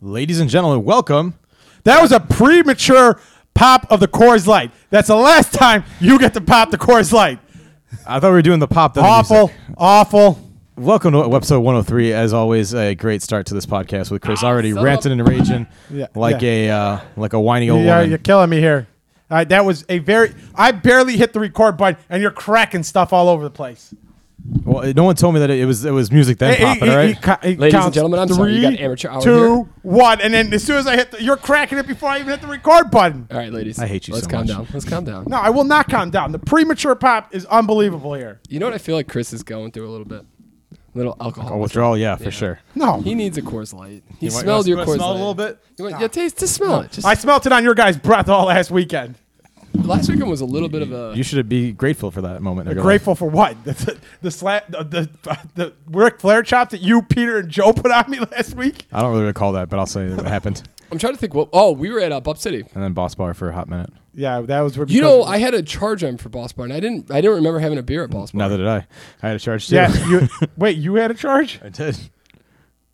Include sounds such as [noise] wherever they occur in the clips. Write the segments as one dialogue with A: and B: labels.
A: Ladies and gentlemen, welcome. That was a premature pop of the Coors Light. That's the last time you get to pop the Coors Light.
B: I thought we were doing the pop. Then the
A: Awful,
B: music.
A: awful.
B: Welcome to episode 103. As always, a great start to this podcast with Chris already
C: son
B: ranting and raging
A: [laughs] Yeah,
B: like
A: yeah.
B: a uh, like a whiny old
A: You are,
B: woman.
A: you're killing me here. All right, that was a very. I barely hit the record button, and you're cracking stuff all over the place.
B: Well, no one told me that it was it was music then
A: Hey,
B: popping.
A: hey,
B: all right,
A: hey, ca- hey,
C: Ladies and
A: counts
C: gentlemen, I'm sorry, you got amateur hour
A: two,
C: here.
A: one, and then as soon as I hit, the, you're cracking it before I even hit the record button.
C: All right, ladies.
B: I hate you
C: Let's
B: so
C: calm
B: much.
C: down. Let's calm down.
A: No, I will not calm down. The premature pop is unbelievable here.
C: You know what I feel like Chris is going through a little bit? A little alcohol.
B: Oh, withdrawal. Yeah, for sure.
A: No,
C: He needs a Coors Light. He
B: You want-
C: smelled
B: you
C: your
B: wanna
C: Coors
B: smell it
C: Light
B: a little bit?
C: You want- yeah, taste to smell it. Just,
A: I smelt it on your guys' breath all last weekend.
C: last weekend was a little bit of a.
B: You should be grateful for that moment. in your
A: Grateful for what? [laughs] The the, sla- the, the the Ric Flair chops that you, Peter, and Joe put on me [laughs] last week.
B: life. I don't really recall that, but I'll say that it happened.
C: I'm trying to think. What? Oh, we were at uh, Bup City.
B: And then Boss Bar for a hot minute.
A: Yeah, that was.
C: You know, I had a charge on for Boss Bar, and I didn't. I didn't remember having a beer at Boss Bar.
B: Neither did I. I had a charge too.
A: [laughs]
C: [laughs]
A: Yeah, you wait. You had a charge.
B: [laughs] I did.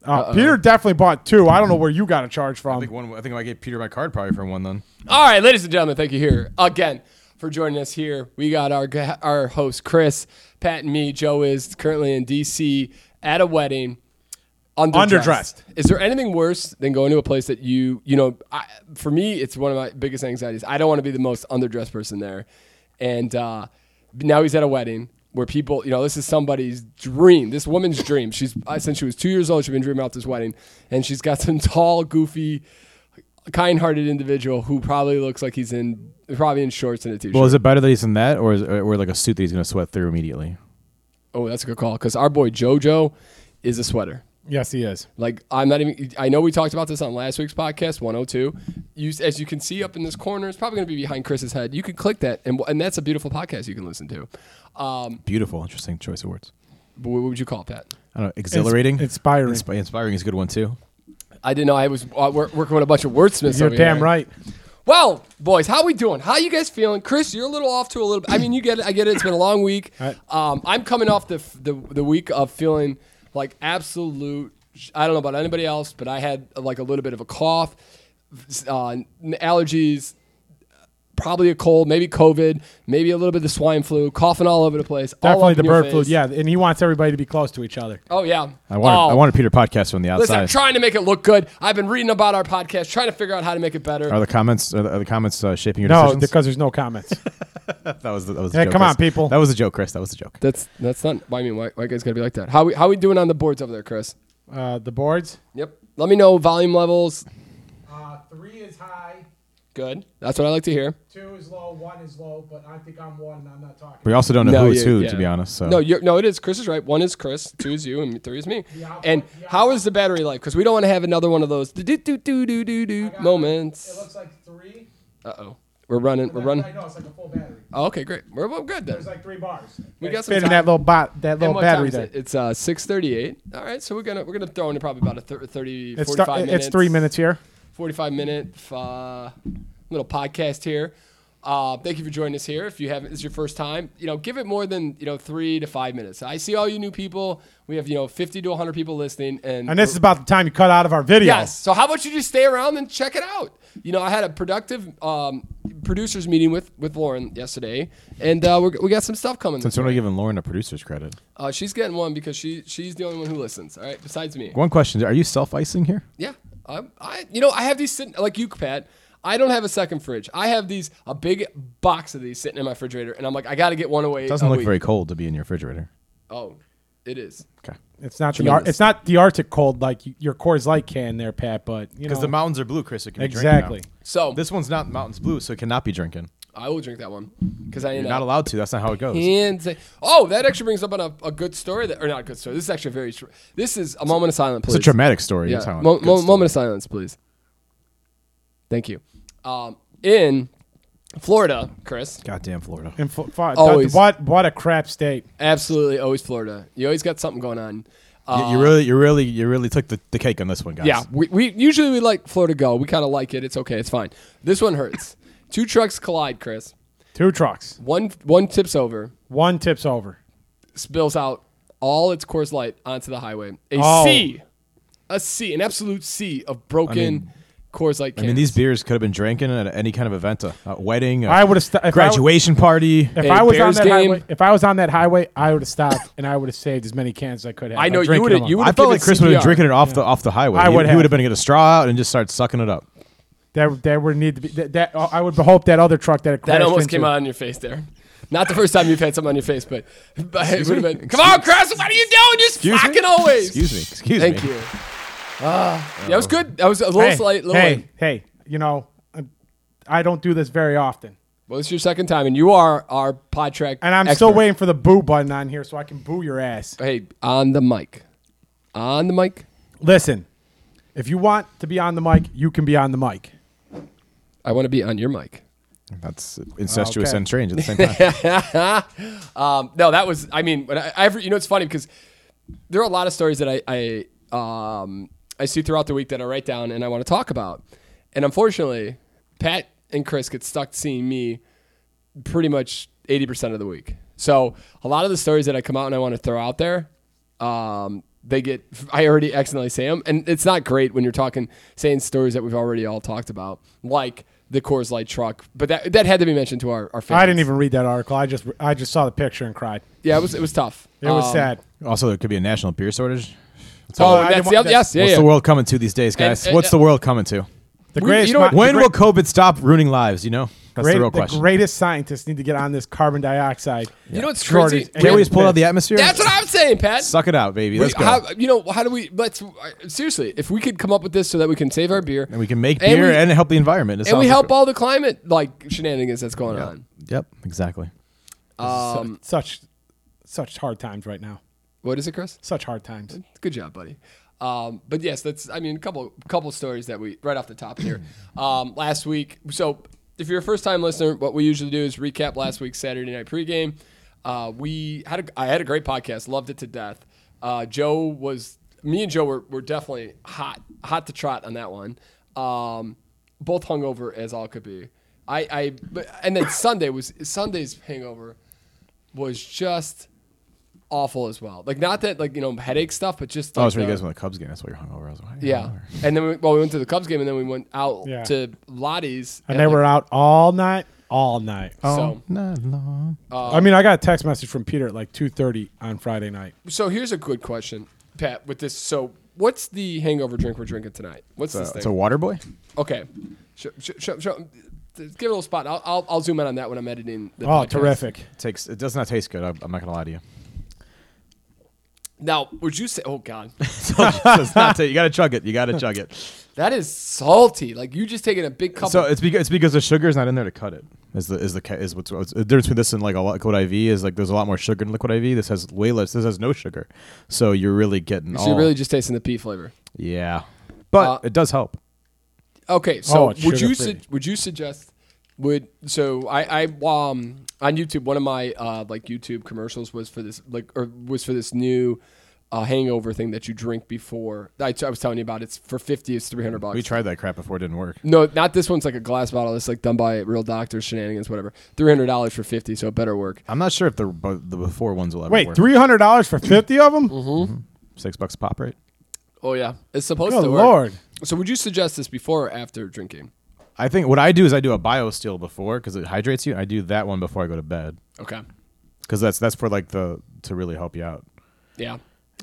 C: Uh-uh.
A: Uh, Peter definitely bought two. I don't know where you got a charge from.
B: I think one. I think I might get Peter my card probably for one then.
C: All right, ladies and gentlemen, thank you here again for joining us here. We got our ga- our host Chris, Pat, and me. Joe is currently in D.C. at a wedding. Underdressed.
A: Underdressed.
C: Is there anything worse than going to a place that you you know? I, for me, it's one of my biggest anxieties. I don't want to be the most underdressed person there, and uh, now he's at a wedding. Where people, you know, this is somebody's dream. This woman's dream. She's uh, since she was two years old, she's been dreaming about this wedding, and she's got some tall, goofy, kind-hearted individual who probably looks like he's in probably in shorts and a t-shirt.
B: Well, is it better that he's in that, or is or like a suit that he's gonna sweat through immediately?
C: oh, that's a good call because our boy JoJo is a sweater.
A: yes, he is.
C: Like I'm not even. I know we talked about this on last week's podcast 102. You, as you can see up in this corner, it's probably going to be behind Chris's head. You can click that, and and that's a beautiful podcast you can listen to. Um,
B: Beautiful, interesting choice of words.
C: but what would you call it, Pat?
B: I don't know, exhilarating,
A: inspiring.
B: Inspi- inspiring is a good one too.
C: I didn't know I was uh, wor- working with a bunch of wordsmiths.
A: You're
C: over here.
A: damn right.
C: Well, boys, how we doing? How you guys feeling? Chris, you're a little off to a little. I mean, you get it. I get it. It's been a long week.
A: Right.
C: Um, I'm coming off the, the the week of feeling like absolute. I don't know about anybody else, but I had like a little bit of a cough, uh, allergies, probably a cold, maybe COVID, maybe a little bit of the swine flu, coughing all over the place. all
A: Definitely
C: up
A: the
C: in your
A: bird flu.
C: face.
A: Yeah, and he wants everybody to be close to each other.
C: Oh yeah.
B: I wanted,
C: Oh,
B: I wanted Peter podcast from the
C: Listen, I'm
B: outside.
C: trying to make it look good. I've been reading about our podcast, trying to figure out how to make it better.
B: are the comments are the, are the comments uh, shaping your
A: No,
B: decisions?
A: because there's
B: [laughs]
A: no comments.
B: that was the, that was
A: Hey,
B: the joke,
A: come on,
B: Chris.
A: people.
B: That was a joke, Chris. That was a joke.
C: That's that's not. I mean, why, why guys gotta be like that? How we how we doing on the boards over there, Chris?
A: uh, the boards.
C: Yep. Let me know volume levels.
A: Uh, three is high,
C: Good. That's what I like to hear.
A: two is low, one is low, but I think I'm one. I'm not talking.
B: We also don't know who is
C: you-
B: who,
C: yeah.
B: to be honest. So
C: No, you're, no, it is. Chris is right. One is Chris, two is you, and three is me. and how is the battery life? Because we don't want to have another one of those do do do do do do do moments.
A: like three.
C: Uh oh. We're running. We're running.
A: know it's like a full battery.
C: Oh, okay, great. We're, we're good then.
A: There's like three bars.
C: We
A: They
C: got some
A: fit in
C: time.
A: that little bot, that
C: And
A: little
C: what time
A: battery
C: is
A: there.
C: it? It's uh 6:38. All right, so we're gonna we're gonna throw in probably about a thir- 30
A: It's,
C: 45
A: sta-
C: minutes.
A: it's three minutes here.
C: 45 minute uh, little podcast here. Uh, thank you for joining us here. If you haven't, it's your first time. You know, give it more than you know three to five minutes. I see all you new people. We have you know 50 to 100 people listening, and,
A: And this is about the time you cut out of our video.
C: yes. So how about you just stay around and check it out? You know, I had a productive um, producers meeting with with Lauren yesterday, and uh, we're, we got some stuff coming.
B: since we're not giving Lauren a producer's credit,
C: Uh, she's getting one because she she's the only one who listens. All right, besides me.
B: one question: Are you self icing here?
C: Yeah, I, I, you know, I have these sitting like you, Pat. I don't have a second fridge. I have these a big box of these sitting in my refrigerator, and I'm like, I got to get one away.
B: It doesn't
C: a
B: look
C: week.
B: very cold to be in your refrigerator.
C: Oh, it is.
B: Okay,
A: It's not the Ar-
C: Tremendous.
A: it's not the Arctic cold like y- your Coors Light can there, Pat. But you know
B: because the mountains are blue, Chris. It can
A: exactly.
C: So
B: This one's not mountains blue, so it cannot be drinking.
C: I will drink that one because I
B: You're
C: ain't
B: not allowed to. That's not how it goes.
C: And say, oh, that actually brings up on a, a good story that, or not a good story. This is actually very. tr- This is a moment of silence, please.
B: It's a dramatic story.
C: Yeah.
B: It's how-
C: Mo-
B: good
C: mo-
B: story.
C: moment of silence, please. Thank you. Um, in Florida, Chris,
B: Goddamn Florida.
A: And fo- fo-
C: Always.
A: what what a crap state.
C: absolutely always Florida. You always got something going on. Uh,
B: you, you really, you really, you really took the, the cake on this one, guys.
C: Yeah, we, we usually we like Florida go. We kind of like it. It's okay. It's fine. This
B: [laughs]
C: one hurts. Two trucks collide, Chris.
A: Two trucks,
C: One one tips over,
A: one tips over.
C: spills out all its Coors Light onto the highway. A C
A: Oh.
C: a sea, an absolute sea of broken
B: mean-
C: Coors Light cans.
B: I mean, these beers could have been drinking at any kind of event, a, a wedding, a
A: I would have st- if I w-
B: graduation party.
A: If
C: A
A: I was on
C: Bears
A: that
C: game.
A: highway, if I was on that highway, I would have stopped and I would have saved as many cans as I could have.
C: I know
A: I'm
C: you
A: drinking
C: would've-
A: them
C: you
A: all.
C: would've-
B: I felt like
C: given
B: Chris would have
C: CPR.
B: been drinking it off the off the highway.
A: I
B: He-
A: would
B: he
A: have.
B: would have been get a straw out and just start sucking it up.
A: There, there would need to be that. that I would hope that other truck that it crashed
C: that almost
A: into-
C: came out on your face there. Not the first time you've had something on your face, but, [laughs] but it would have been. Come on, Chris, what are you doing? Just fucking always.
B: Excuse me. Excuse
C: Thank
B: me. Oh.
C: you. Ah, that was good. That was a little
A: Hey,
C: slight. Little
A: hey,
C: light.
A: hey, you know, I'm- I don't do this very often,
C: Well, it's your second time, and you are our pod track.
A: and I'm
C: expert.
A: still waiting for the boo button on here so I can boo your ass.
C: Hey, on the mic, on the mic.
A: Listen, if you want to be on the mic, you can be on the mic.
C: I want to be on your mic.
B: That's incestuous
A: Okay.
B: and strange at the same time.
C: [laughs] Um, no, that was. I mean, when I, I ever, you know, it's funny because there are a lot of stories that I I um, I see throughout the week that I write down and I want to talk about, and unfortunately, Pat and Chris get stuck seeing me pretty much eighty percent of the week. So a lot of the stories that I come out and I want to throw out there, um, they get. I already accidentally say them, and it's not great when you're talking saying stories that we've already all talked about, like the Coors Light truck. But that that had to be mentioned to our our fans.
A: I didn't even read that article. I just, I just saw the picture and cried.
C: Yeah, it was it was tough.
A: It was
C: Um,
A: sad.
B: also, there could be a national beer shortage.
C: Oh,
A: I
C: that's
A: didn't
C: the
A: want-
C: other, yes, yeah,
B: What's
C: yeah.
B: the world coming to these days, guys?
C: and- uh,
B: What's the world coming to?
A: The
C: We-
A: greatest,
C: you know what-
A: mi- the
B: When
A: great-
B: will COVID stop ruining lives? You know, that's
A: great-
B: the real question.
A: greatest scientists need to get on this carbon dioxide.
C: You know what's
A: shortage
C: crazy?
A: and
B: Can't
A: get
B: we just pull out the
A: pissed.
B: atmosphere?
C: That's what I'm saying, Pat.
B: Suck it out, baby. Let's go.
C: How, you know, how do we? Let's seriously, if we could come up with this so that we can save our beer
B: and we can make
C: and
B: beer
C: we-
B: and help the environment. It
C: and we
B: sounds
C: help
B: like-
C: all the climate like shenanigans that's going on.
B: Yep, exactly. Oh,
C: Um,
A: such, such hard times right now.
C: what is it, Chris?
A: Such hard times.
C: Good job, buddy. Um, but yes, that's I mean a couple couple stories that we right off the top here. Um, last week, so if you're a first time listener, what we usually do is recap last week's Saturday night pregame. Uh, we had a, I had a great podcast, loved it to death. Uh, Joe was me and Joe were, were definitely hot hot to trot on that one. Um, both hungover as all could be. I, I but- and then Sunday was Sunday's hangover was just awful as well. Like not that like you know headache stuff, but just
B: Oh,
C: like
B: I was reading
C: the-
B: guys when the Cubs game. That's why you're hungover. I was like, why are you
C: yeah.
B: hungover?
C: And then we, well, we went to the Cubs game, and then we went out
A: Yeah.
C: to Lottie's,
A: And they were out all night, all night.
C: So,
B: Not long.
A: I mean, I got a text message from Peter at like 2:30 on Friday night.
C: so here's a good question, Pat. With this, so what's the hangover drink we're drinking tonight? What's
B: So
C: this thing?
B: it's a water boy.
C: okay, sh- sh- sh- sh- give it a little spot. I'll, I'll I'll zoom in on that when I'm editing. The
A: Oh,
C: podcast.
A: terrific!
B: takes. It does not taste good. I'm, I'm not gonna lie to
C: [laughs]
B: you. [laughs]
C: Now, would you say? Oh God, [laughs]
B: It does not ta- you gotta chug it. You gotta chug it.
C: that is salty. Like you just taking a big cup.
B: So
C: of,
B: it's because it's because the sugar's not in there to cut it. Is the is the ca- is what's, what's the difference between this and like a liquid IV is like there's a lot more sugar in liquid IV. This has way less. This has no sugar. So you're really getting
C: so
B: all.
C: you're really just tasting the pea flavor.
B: yeah, but
C: Uh,
B: it does help.
C: Okay, so
A: Oh, it's
C: would you
A: sugar-free.
C: su- would you suggest would so I I um on YouTube one of my uh like YouTube commercials was for this like or was for this new uh, hangover thing that you drink before I I was telling you about it's for 50 it's 300 bucks.
B: We tried that crap before. It didn't work.
C: No, not this one's like a glass bottle. It's like done by real doctors, shenanigans, whatever. $300 for 50, so it better work.
B: I'm not sure if the bu- the before ones will ever
A: Wait,
B: work.
A: three hundred dollars for fifty of them?
C: Mm-hmm.
B: six bucks a pop, right?
C: Oh yeah. It's supposed
A: Good
C: to work.
A: lord!
C: So would you suggest this before or after drinking?
B: I think what I do is I do a BioSteel before because it hydrates you. I do that one before I go to bed
C: Okay.
B: because that's that's for like the to really help you out.
C: Yeah.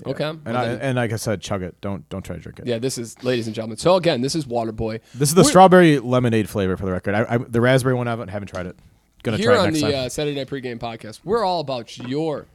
C: Okay.
B: And
C: Well,
B: I,
C: then-
B: and like I said, chug it. Don't don't try to drink it.
C: yeah, this is ladies and gentlemen. So again, this is Waterboy.
B: This is the
C: We're-
B: strawberry lemonade flavor for the record. I, I the raspberry one I haven't, haven't tried it. Gonna
C: here
B: try it
C: on
B: next
C: the
B: time.
C: uh, Saturday Night Pregame podcast, we're all about your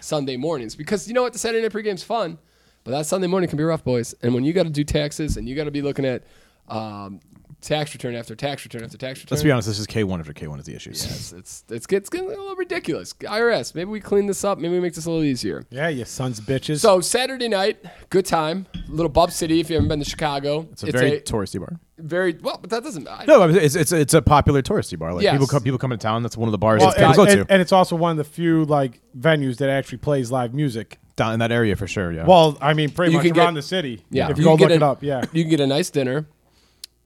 C: Sunday mornings because you know what? The Saturday Night Pregame's fun, but that Sunday morning can be rough, boys. And when you got to do taxes and you got to be looking at um, tax return after tax return after tax return,
B: Let's be honest. This is K one after K one is the issues.
C: It's, it's, it's, get- it's getting a little ridiculous. IRS, maybe we clean this up. Maybe we make this a little easier.
A: Yeah, you sons of bitches.
C: So Saturday night, good time. Little Bub City if you haven't been to Chicago.
B: It's a very touristy bar.
C: very well, but that doesn't. I,
B: No, I mean, it's it's it's a popular touristy bar. Like
C: Yes.
B: people come people come to town. That's one of the bars
A: well,
B: that
A: and,
B: people go
A: and-
B: to
A: and it's also one of the few like venues that actually plays live music.
B: down in that area for sure. Yeah.
A: Well, I mean, pretty
C: You
A: much
C: can
A: around
C: get-
A: the city.
C: Yeah,
A: if you, go look
C: can get
A: it
C: a-
A: up,
C: [laughs]
A: yeah.
C: you can get a nice dinner,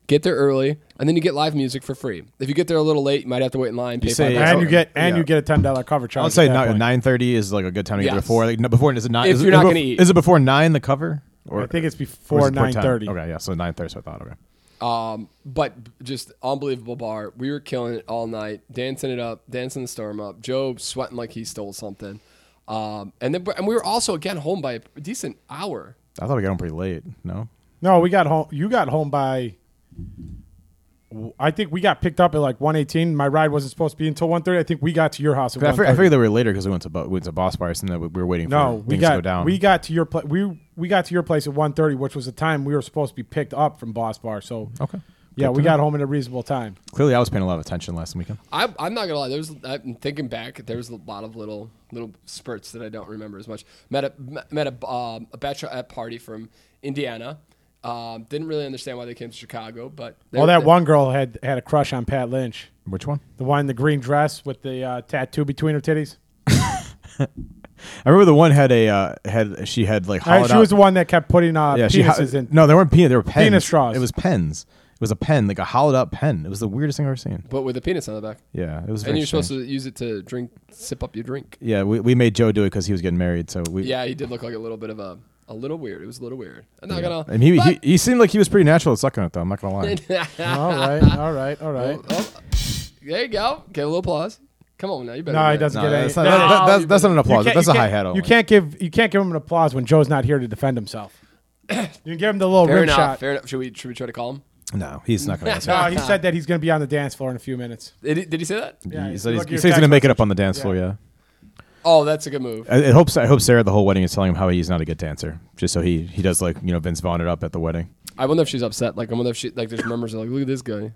C: get there early, and then you get live music for free. If you get there a little late, you might have to wait in line. Pay
B: say-
C: five bucks.
A: And you get and
B: Yeah.
A: you get a ten dollar cover charge.
B: I'd say
A: at that point.
B: nine thirty is like a good time to get there
C: Yes.
B: before. Like no, before is it nine?
C: If
B: is it-
C: you're
B: is
C: not
B: it
C: gonna
B: bef-
C: eat.
B: is it before nine? The cover.
A: I think it's
B: or
A: before
B: is it before 10?
A: 9:30.
B: Okay, yeah, so nine thirty. So I thought, okay,
C: Um, but just unbelievable bar. We were killing it all night, dancing it up, dancing the storm up. Joe sweating like he stole something. Um, and then and we were also again home by a decent hour.
B: I thought we got home pretty late. No,
A: No, we got home. You got home by. I think we got picked up at like 1:18. My ride wasn't supposed to be until 1:30. I think we got to your house at
B: I, fig- I
A: 1:30.
B: figured they were later because we went to bo- we went to Boss Bar, and that we were waiting
A: No,
B: for
A: we
B: things
A: got
B: to go down.
A: we got to your place. We we got to your place at 1:30, which was the time we were supposed to be picked up from Boss Bar. So
B: okay.
A: yeah,
B: Good
A: we
B: to know.
A: got home at a reasonable time.
B: Clearly, I was paying a lot of attention last weekend.
C: I, I'm not gonna lie. There's I'm thinking back. There's a lot of little little spurts that I don't remember as much. Met a met a, um, a bachelorette party from Indiana. Um, didn't really understand why they came to Chicago, but
A: Well, that one girl had had a crush on Pat Lynch,
B: Which one?
A: the one in the green dress with the uh, tattoo between her titties.
B: I remember the one had a uh, had she had like
A: I,
B: hollowed
A: Uh, she was
B: out-
A: the one that kept putting uh,
B: yeah she ho-
A: penises in. [laughs]
B: no they weren't penis they were pens
A: Penis straws.
B: it was pens it was a pen like a hollowed out pen it was the weirdest thing I've ever seen
C: but with a penis on the back.
B: yeah it was
C: And
B: very
C: you're supposed
B: strange.
C: to use it to drink, sip up your drink.
B: yeah we, we made Joe do it because he was getting married so we
C: Yeah, he did look like a little bit of a a little weird. It was a little weird. I'm not gonna.
B: and he, he he seemed like he was pretty natural at sucking it though I'm not gonna lie
A: all right, all right, all right.
C: [laughs] Oh, there you go. Get a little applause. Come on now, you better.
A: No,
C: do
A: he
C: that.
A: doesn't
B: No,
A: get any.
B: that's, not,
A: no,
B: that- that- that's,
C: you
B: that's not an
A: You
B: applause
A: can't-
B: that's
A: you
B: a high
A: can't-
B: hat only.
A: You can't give you can't give him an applause when Joe's not here to defend
C: [coughs]
A: himself. You can give him the little
C: Fair
A: rim
C: enough.
A: shot.
C: Fair enough. Should we should we try to call him?
B: no he's not
C: [laughs]
B: gonna answer
A: No, he said that he's going to be on the dance floor in a few minutes.
C: Did he, did he say that?
A: Yeah,
B: he
A: he's
B: said he's,
A: looking
B: he
A: at
B: said he's
A: text
B: gonna make it up on the dance floor
A: Yeah.
B: yeah
C: Oh, that's a good move.
B: I, I hope I hope Sarah at the whole wedding is telling him how he's not a good dancer just so he he does like you know Vince Vaughn it up at the wedding
C: I wonder if she's upset. Like I wonder if she like there's murmurs like, look at this guy.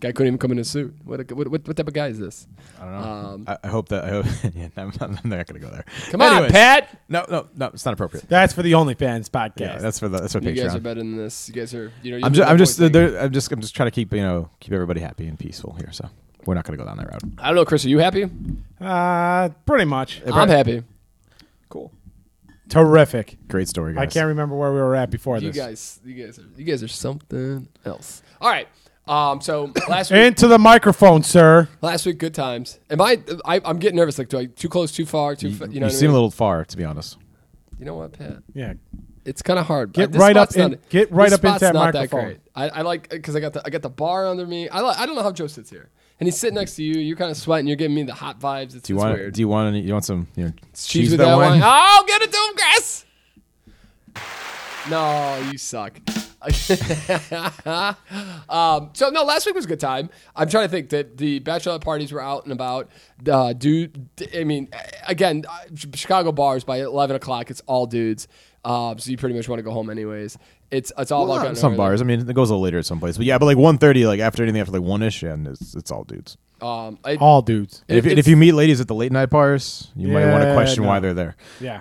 C: Guy couldn't even come in a suit. What a, what, what what type of guy is this?
B: I don't know.
C: Um,
B: I, I hope that. I hope. [laughs] Yeah, I'm, I'm not gonna go there.
C: Come on, Pat.
B: No, no, no. It's not appropriate.
A: That's for the OnlyFans podcast.
B: Yeah, that's for the that's for
C: You guys are
B: Patreon.
C: better than this. You guys are. You know. you
B: I'm
C: do
B: just
C: that
B: I'm
C: boy
B: just
C: thing.
B: there- I'm just I'm just trying to keep you know keep everybody happy and peaceful here. So we're not gonna go down that route.
C: I don't know, Chris. Are you happy?
A: uh, pretty much
C: I'm happy.
B: Cool.
A: terrific.
B: Great story, guys.
A: I can't remember where we were at before
C: You
A: this.
C: guys, you guys are. You guys are something else. All right.
B: [coughs]
C: Um. So last week.
A: Into the microphone, sir.
C: Last week, good times. Am I? I I'm getting nervous. Like, do I too close, too far, too?
B: You,
C: fa-
B: you
C: you know, what I
B: seem
C: mean?
B: a little far, to be honest.
C: You know what, Pat?
A: Yeah,
C: It's kind of hard.
A: Get
C: This
A: right up
C: spot's
A: in-
C: not-
A: get right
C: this
A: up into
C: spot's
A: that
C: not That
A: microphone.
C: great. I, I like because I got the I got the bar under me. I like, I don't know how Joe sits here, and he's sitting next to you. You're kind of sweating. You're giving me the hot vibes. It's,
B: Do you
C: it's
B: want?
C: weird.
B: Do you want? Any, you want some? You know,
C: It's cheese with that wine. Oh, get it to him, Chris. No, you suck. [laughs] um, so no, last week was a good time. I'm trying to think that the bachelorette parties were out and about. Uh, dude, I mean, again, uh, Chicago bars by 11 o'clock. It's all dudes, uh, so you pretty much want to go home anyways. It's it's all
B: Well,
C: about
B: not
C: getting
B: some
C: early.
B: bars. I mean, it goes a little later at some place, but yeah, but like 1.30, like after anything after like one ish, and it's it's all dudes.
C: Um, I-
A: all dudes.
B: And if,
C: It-
B: and if
C: it's-
B: you meet ladies at the late night bars, you might want to
A: Yeah,
B: question
A: no.
B: why they're there.
A: Yeah,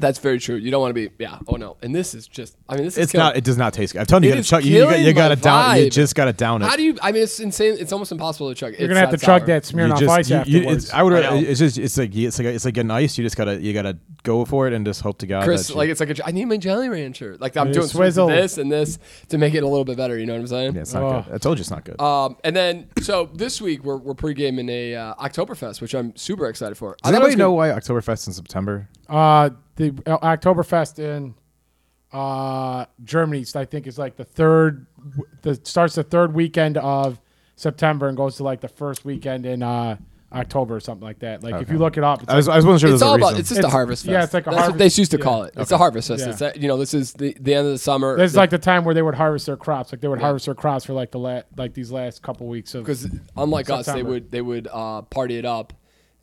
C: that's very true. You don't want to be. Yeah. Oh no. And this is just. I mean, this is
B: It's
C: killing-
B: not. It does not taste good. I'm telling
C: It
B: you, you, gotta
C: is
B: chug, you, you, got-
C: killing
B: you gotta
C: my
B: down. You
C: vibe.
B: just gotta down it.
C: How do you? I mean, it's insane. It's almost impossible to chug.
A: you're gonna have to chug that
B: You
A: Smirnoff
B: just-
A: Ice
B: you- you-
A: afterwards.
B: it's, I would.
C: I know.
B: it's just. It's like. It's like. It's like getting ice. You just gotta. You gotta go for it and just hope to God.
C: Chris,
B: that
C: like
B: you,
C: it's like a j- I need my Jelly Rancher. Like I'm
A: Your
C: doing
A: swizzle.
C: this and this to make it a little bit better. You know what I'm saying?
B: yeah, it's not
A: Oh.
B: good. I told you it's not good.
C: Um, and then so this week we're we're pregaming a uh, Oktoberfest, which I'm super excited for. I
B: Does
C: thought it
B: anybody
C: was gonna-
B: know why Oktoberfest in September?
A: uh, the uh, Oktoberfest in uh, Germany, I think, is like the third. w- The starts the third weekend of September and goes to like the first weekend in uh, October or something like that. Like if
B: Okay.
A: you look it up, it's
B: I was. I was wasn't sure.
C: It's
B: there
C: all
B: was a
C: about.
B: reason.
C: It's just a
A: It's-
C: harvest fest.
A: yeah, it's like a
C: That's what
A: harvest-
C: they used to
A: yeah.
C: call it. It's a harvest fest.
A: Yeah.
C: It's that, you know, this is the, the end of the summer.
A: This is
C: The-
A: like the time where they would harvest their crops. Like they would harvest their crops for like the la- like these last couple weeks of. um,
C: because unlike us, they
A: September.
C: would they would uh, party it up,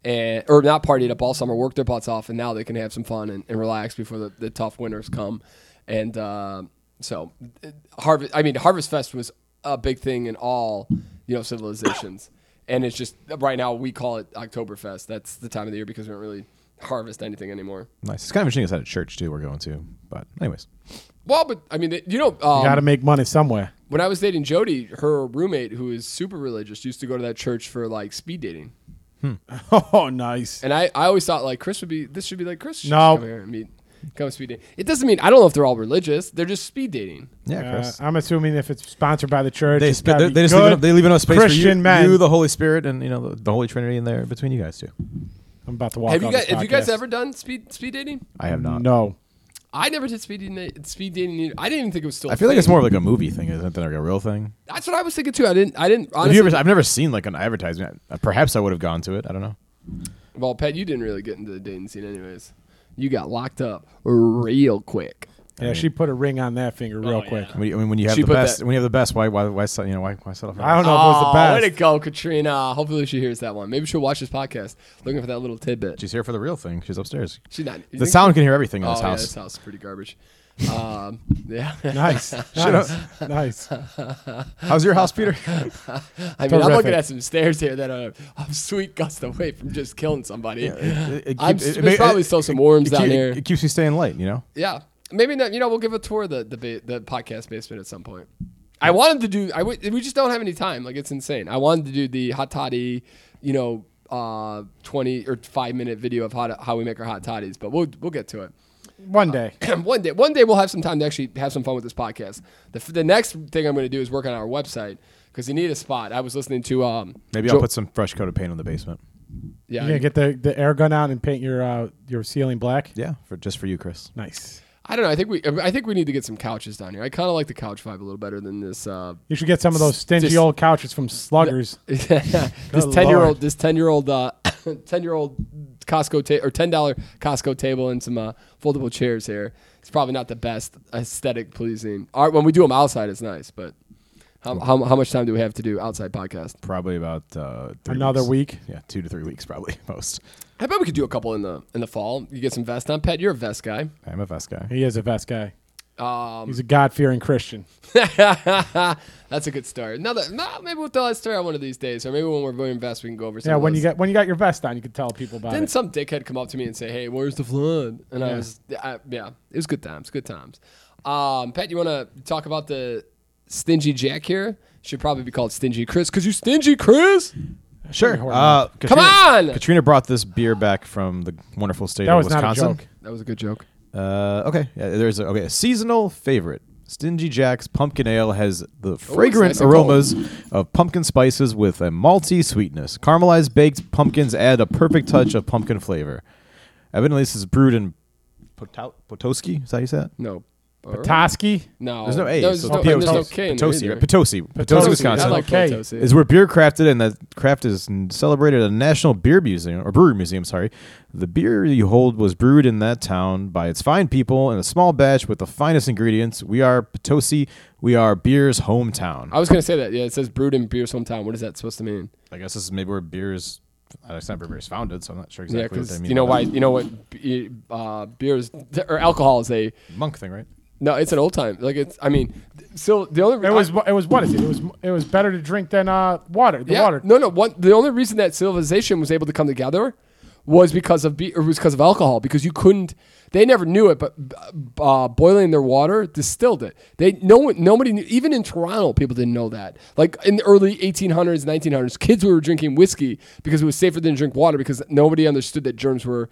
C: and or not party it up all summer, work their butts off, and now they can have some fun and, and relax before the, the tough winters come. And uh, so, harvest. I mean, Harvest Fest was a big thing in all you know civilizations, and it's just right now we call it Oktoberfest. That's the time of the year because we don't really harvest anything anymore.
B: nice. It's kind of interesting. It's at a church too. We're going to. But anyways,
C: Well, but I mean, you know, um,
A: you got to make money somewhere.
C: when I was dating Jody, her roommate who is super religious used to go to that church for like speed dating.
A: [laughs] Oh, nice.
C: And I, I always thought like Chris would be this should be like Chris. should
A: No.
C: just come here and meet, come speed dating. It doesn't mean I don't know if they're all religious. They're just speed dating.
B: yeah,
A: Uh,
B: Chris.
A: I'm assuming if it's sponsored by the church,
B: they,
A: it's
B: sp-
A: gotta
B: they,
A: be
B: they just
A: good
B: leave, enough- they leave enough space for you,
A: Christian men.
B: you, the Holy Spirit, and you know the, the Holy Trinity in there between you guys too.
A: I'm about to walk.
C: have you
A: off
C: guys
A: this
C: have you guys
A: podcast.
C: ever done speed speed dating?
B: I have not.
A: No.
C: I never did speed dating. Speed dating. either. I didn't even think it was still.
B: I feel like it's
C: a thing.
B: more of like a movie thing, isn't it, than like a real thing?
C: That's what I was thinking too. I didn't. I didn't.
B: Have
C: Honestly,
B: you ever, I've never seen like an advertisement. Uh, Perhaps I would have gone to it. I don't know.
C: well, Pat, you didn't really get into the dating scene, anyways. You got locked up real quick.
A: Yeah, she put a ring on that finger real
C: Oh, yeah.
A: quick.
B: I mean, I mean, when you have
C: She
B: the
C: put
B: best,
C: that-
B: when you have the best, why, why, why, se- you know, why, why settle for?
A: I don't
B: less?
A: know if it was the
C: Aw,
A: best.
C: Way to go, Katrina. Hopefully she hears that one. Maybe she'll watch this podcast looking for that little tidbit.
B: She's here for the real thing. She's upstairs.
C: She's not. you
B: The
C: think
B: sound can hear everything
C: she-
B: in
C: Oh,
B: this
C: yeah,
B: house.
C: this house is pretty garbage. um, [laughs] yeah. [laughs]
A: Nice, nice, nice.
B: How's your house,
C: [laughs]
B: Peter?
C: I mean, I'm
A: Terrific.
C: looking at some stairs here that are a sweet gust away from just killing somebody.
B: it, it
C: [laughs] I'm,
B: keep-
C: there's
B: it- it-
C: probably
B: it-
C: still some worms
B: it
C: down
B: keep-
C: here.
B: It keeps me staying light. You know.
C: yeah, maybe not. You know, we'll give a tour of the the, ba- the podcast basement at some point. I wanted to do. I w- we just don't have any time. Like it's insane. I wanted to do the hot toddy. You know, uh, twenty or five minute video of how to, how we make our hot toddies, but we'll we'll get to it. [clears throat]
A: One day.
C: [laughs] one day, one day we'll have some time to actually have some fun with this podcast. The, f- the next thing I'm going to do is work on our website because you need a spot. I was listening to um
B: Maybe
C: Joe-
B: I'll put some fresh coat of paint on the basement.
C: yeah
A: You're gonna get the, the air gun out and paint your uh, your ceiling black.
B: Yeah, for just for you, Chris.
A: Nice.
C: I don't know I think we I think we need to get some couches down here. I kind of like the couch vibe a little better than this uh [laughs]
A: You should get some of those stingy
C: Just-
A: old couches from Sluggers.
C: [laughs] this
A: Good
C: ten year
A: Lord.
C: old this ten year old uh [coughs] ten year old Costco ta- or ten dollar Costco table and some uh, foldable chairs here. It's probably not the best aesthetic pleasing. All right, when we do them outside, it's nice, but. How, how, how much time do we have to do outside podcast?
B: Probably about uh, three
A: Another
B: weeks.
A: week.
B: Yeah, two to three weeks probably [laughs] most.
C: I bet we could do a couple in the in the fall. You get some vest on, Pat. You're a vest guy.
B: I'm a fast guy.
A: He is a vest guy.
C: Um,
A: He's a God fearing Christian.
C: [laughs] that's a good start. Another, no, maybe we'll tell that story on one of these days, or maybe when we're wearing vests, we can go over. Some
A: Yeah,
C: of
A: when
C: those.
A: you got when you got your vest on, you could tell people about
C: Didn't
A: it.
C: some dickhead come up to me and say, "Hey, where's the flood?" And I
A: Yeah.
C: was, I, yeah, it was good times, good times. Um, Pat, you want to talk about the stingy Jack here? Should probably be called stingy Chris because you stingy Chris.
B: Sure.
A: Hold
B: Uh,
A: on.
B: Katrina,
C: on!
B: Katrina brought this beer back from the wonderful state
A: That
B: of
A: was not a
B: Wisconsin.
A: joke.
C: That was a good joke.
B: Uh, okay, yeah, there's a, okay a seasonal favorite. Stingy Jack's pumpkin ale has the
C: nice
B: fragrant
C: and cold.
B: aromas of pumpkin spices with a malty sweetness. Caramelized baked pumpkins add a perfect touch of pumpkin flavor. Evidently, this is brewed in Potou- Potoski. Is that how you say that?
C: No,
A: Toski.
C: no,
B: There's no A.
C: Um, There's
B: so
C: no,
B: P-
C: and there's no
B: Potosi-
C: K in there
B: Potosi,
C: either.
B: right? Potosi, Potosi,
A: Potosi,
B: Wisconsin.
C: I like
A: Okay.
C: Potosi.
B: is where beer crafted and that craft is n- celebrated at a national beer museum or brewery museum sorry the beer you hold was brewed in that town by its fine people in a small batch with the finest ingredients we are potosi we are beer's hometown
C: I was gonna say that. Yeah, it says brewed in beer's hometown. What is that supposed to mean?
B: i guess this is maybe where beer's uh, it's not where beer's founded so i'm not sure
C: Yeah,
B: exactly what
C: because
B: they mean
C: you know
B: by
C: why? You know what? be- Uh, beer is or alcohol is a
B: that. monk thing right
C: no. It's an old time. Like it's. I mean, so the only
A: It was
C: I-
A: it was what is it? It was it was better to drink than uh water. The
C: yeah,
A: water.
C: No, no. One, the only reason that civilization was able to come together was because of beer. Or was because of alcohol. Because you couldn't. They never knew it, but uh, boiling their water distilled it. They no one, nobody knew. Even in Toronto, people didn't know that. Like in the early 1800s, 1900s, kids were drinking whiskey because it was safer than drink water because nobody understood that germs were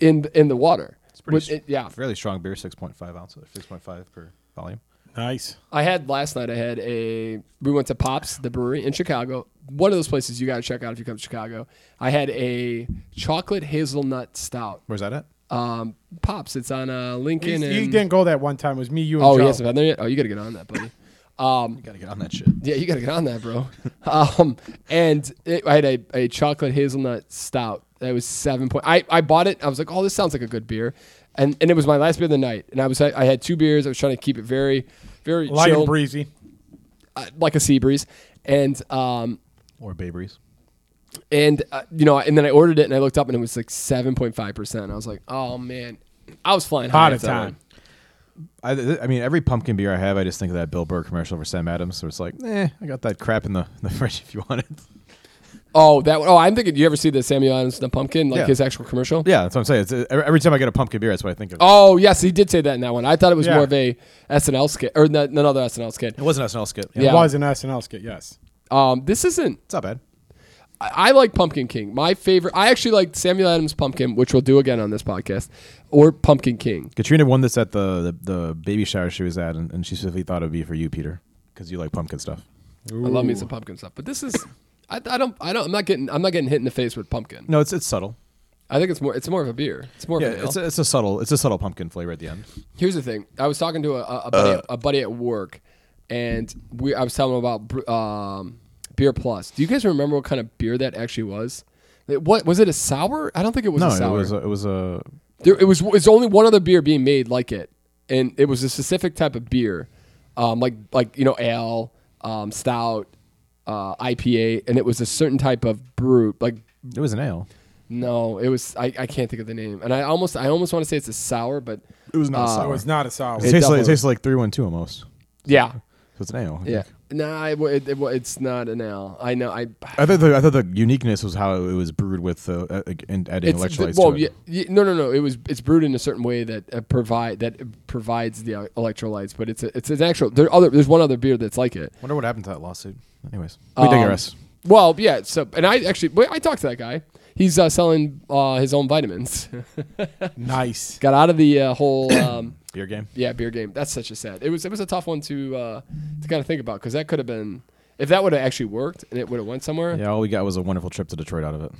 C: in in the water. With-
B: str-
C: it- yeah,
B: fairly strong beer 6.5 ounces 6.5 per volume
A: Nice.
C: I had last night. I had a. We went to Pops, the brewery in Chicago. One of those places you got to check out if you come to Chicago. I had a chocolate hazelnut stout.
B: where's that at
C: Um, Pops, it's on uh,
A: You,
C: Lincoln.
A: you
C: and-
A: didn't go that one time. It was me, you, and
C: Oh,
A: Joe.
C: he hasn't been there yet. Oh, you got to get on that, buddy. Um,
B: gotta get on that shit
C: yeah, you got to get on that, bro. [laughs] um, and it, I had a, a chocolate hazelnut stout that was seven point. I, I bought it. I was like, oh, this sounds like a good beer, and and it was my last beer of the night. And I was I, I had two beers. I was trying to keep it very, very
A: light
C: chill,
A: and breezy.
C: uh, like a sea breeze. And um,
B: or baberies
C: and uh, you know, and then I ordered it and I looked up and it was like seven point five percent. I was like, oh man, I was flying high
A: Hot
C: at
A: of
C: that
A: time.
C: one.
B: I, th- I mean, every pumpkin beer I have, I just think of that Bill Burr commercial for Sam Adams. So it's like, eh, I got that crap in the, [laughs] the fridge if you want it.
C: Oh, that. Oh, I'm thinking. You ever see the Samuel Adams and the pumpkin, like
B: Yeah.
C: his actual commercial?
B: Yeah, that's what I'm saying. It's, uh, every every time I get a pumpkin beer, that's what I think of.
C: Oh yes, he did say that in that one. I thought it was
A: Yeah.
C: more of a SNL skit or no, no, another SNL skit.
B: It wasn't SNL skit.
C: Yeah.
A: It was an SNL skit. Yes.
C: Um, this isn't.
B: It's not bad.
C: I, I like Pumpkin King. My favorite. I actually like Samuel Adams Pumpkin, which we'll do again on this podcast, or Pumpkin King.
B: Katrina won this at the, the, the baby shower she was at, and, and she specifically thought it would be for you, Peter, because you like pumpkin stuff.
C: I love me some pumpkin stuff, but this is. I, I don't. I don't. I'm not getting. I'm not getting hit in the face with pumpkin.
B: No, it's it's subtle.
C: I think it's more. It's more of a beer. It's more
B: Yeah,
C: of an ale.
B: it's a, it's a subtle it's a subtle pumpkin flavor at the end.
C: Here's the thing. I was talking to a, a, buddy, a buddy at work, and we I was telling him about br- um, beer plus. Do you guys remember what kind of beer that actually was? It- what was it? A sour? I don't think it was
B: no,
C: a sour.
B: it was a, it was a
C: There, it was. It's only one other beer being made like it, and it was a specific type of beer, um, like like you know ale, um, stout, uh, IPA, and it was a certain type of brew. Like
B: it was an ale.
C: no, it was I, I can't think of the name, and I almost I almost want to say it's a sour, but uh,
B: It was not
A: So it's not a sour.
B: It, tastes like
C: definitely-
B: it tastes like three one two almost. So
C: yeah,
B: it's an ale. I
C: yeah.
B: think.
C: Nah, it, wa- it, it, wa- it's not an ale. I know. I
B: I thought the, I thought the uniqueness was how it was brewed with uh, uh, and adding
C: it's
B: electrolytes.
C: well,
B: to it.
C: yeah, yeah, no, no, no. It was it's brewed in a certain way that uh, provide that provides the uh, electrolytes, but it's a, it's an actual. There are other there's one other beer that's like it.
B: Wonder what happened to that lawsuit. Anyways, we
C: Um,
B: digress.
C: Well, yeah. So, and I actually, wait, I talked to that guy. He's uh, selling uh, his own vitamins.
A: Nice.
C: Got out of the uh, whole, um,
B: Beer game.
C: yeah, beer game. That's such a sad. It was it was a tough one to uh, to kind of think about because that could have been if that would have actually worked and it would have went somewhere.
B: Yeah, all we got was a wonderful trip to Detroit out of it.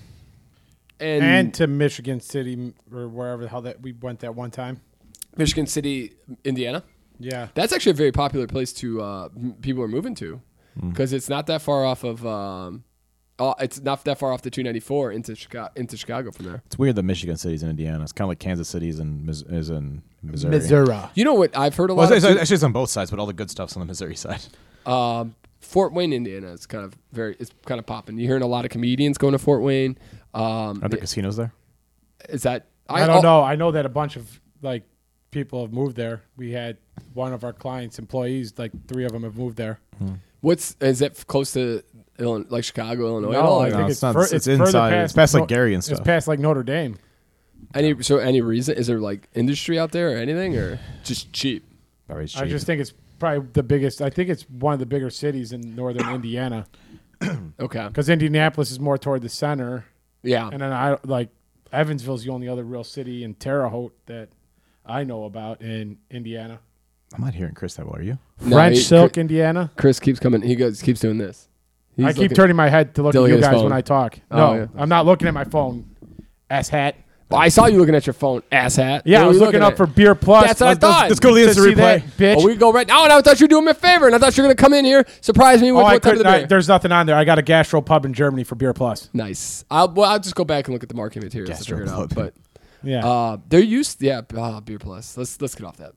C: And,
A: And to Michigan City m- or wherever the hell that we went that one time.
C: Michigan City, Indiana.
A: Yeah.
C: That's actually a very popular place to uh, m- people are moving to because it's not that far off of. Um, uh, it's not that far off the 294 into Chicago, into Chicago from there.
B: It's weird that Michigan City's in Indiana. It's kind of like Kansas City's in Mis- is in Missouri.
C: You know what I've heard a lot.
B: Well, it's,
C: of too?
B: it's- actually, it's on both sides, but all the good stuff's on the Missouri side.
C: Um, Fort Wayne, Indiana is kind of very it's kind of popping. You're hearing a lot of comedians going to Fort Wayne.
B: [laughs]
C: Um,
B: Are there casinos there?
C: is that
A: I, don't
C: oh,
A: know. I know that a bunch of like people have moved there. We had one of our clients' employees, like three of them have moved there.
C: What's is it close to Illinois, like Chicago, Illinois? at
A: No,
C: all?
A: I
B: No,
A: think
B: it's
A: it's,
B: not.
A: fur-
B: It's-
A: it's,
B: it's
A: further
B: inside.
A: Past
B: It's past, like,
A: No-
B: Gary and
A: It's
B: stuff.
A: past like Notre Dame.
C: any so any reason is there like industry out there or anything or just cheap?
B: Probably it's
A: I
B: cheap.
A: just think it's probably the biggest. I think it's one of the bigger cities in
B: [coughs]
A: northern Indiana
C: Okay,
A: because Indianapolis is more toward the center,
C: yeah,
A: and then I like Evansville's the only other real city in Terre Haute that I know about in Indiana.
B: I'm not hearing Chris that well. Are you?
C: No,
A: French
C: he-
A: Silk,
C: Chris,
A: Indiana.
C: keeps coming. He goes keeps doing this. He's
A: I keep
C: looking-
A: turning my head to look at
C: Still look
A: you
C: at his
A: guys
C: phone.
A: when I talk.
C: Oh,
A: No,
C: yeah.
A: I'm not looking at my phone. Ass hat.
C: I saw you looking at your phone, asshat.
A: Yeah, I
C: What were
A: was
C: you
A: looking, up
C: at?
A: for beer plus.
C: That's what I
A: Let's-
C: thought.
B: Let's go to the
A: let's
B: instant
A: see that,
B: replay.
A: bitch.
C: Oh, we go right now, and I thought you were doing me a favor, and I thought you were gonna come in here, surprise me with
A: oh, I
C: what type of
A: couldn't.
C: the
A: I-
C: beer.
A: there's nothing on there. I got a gastro pub in Germany for beer plus.
C: Nice. I'll well, I'll just go back and look at the marketing materials to
B: Gastro
C: figure it out.
B: club.
C: But
A: Yeah.
C: uh, they're used. Yeah, uh, beer plus. Let's let's get off that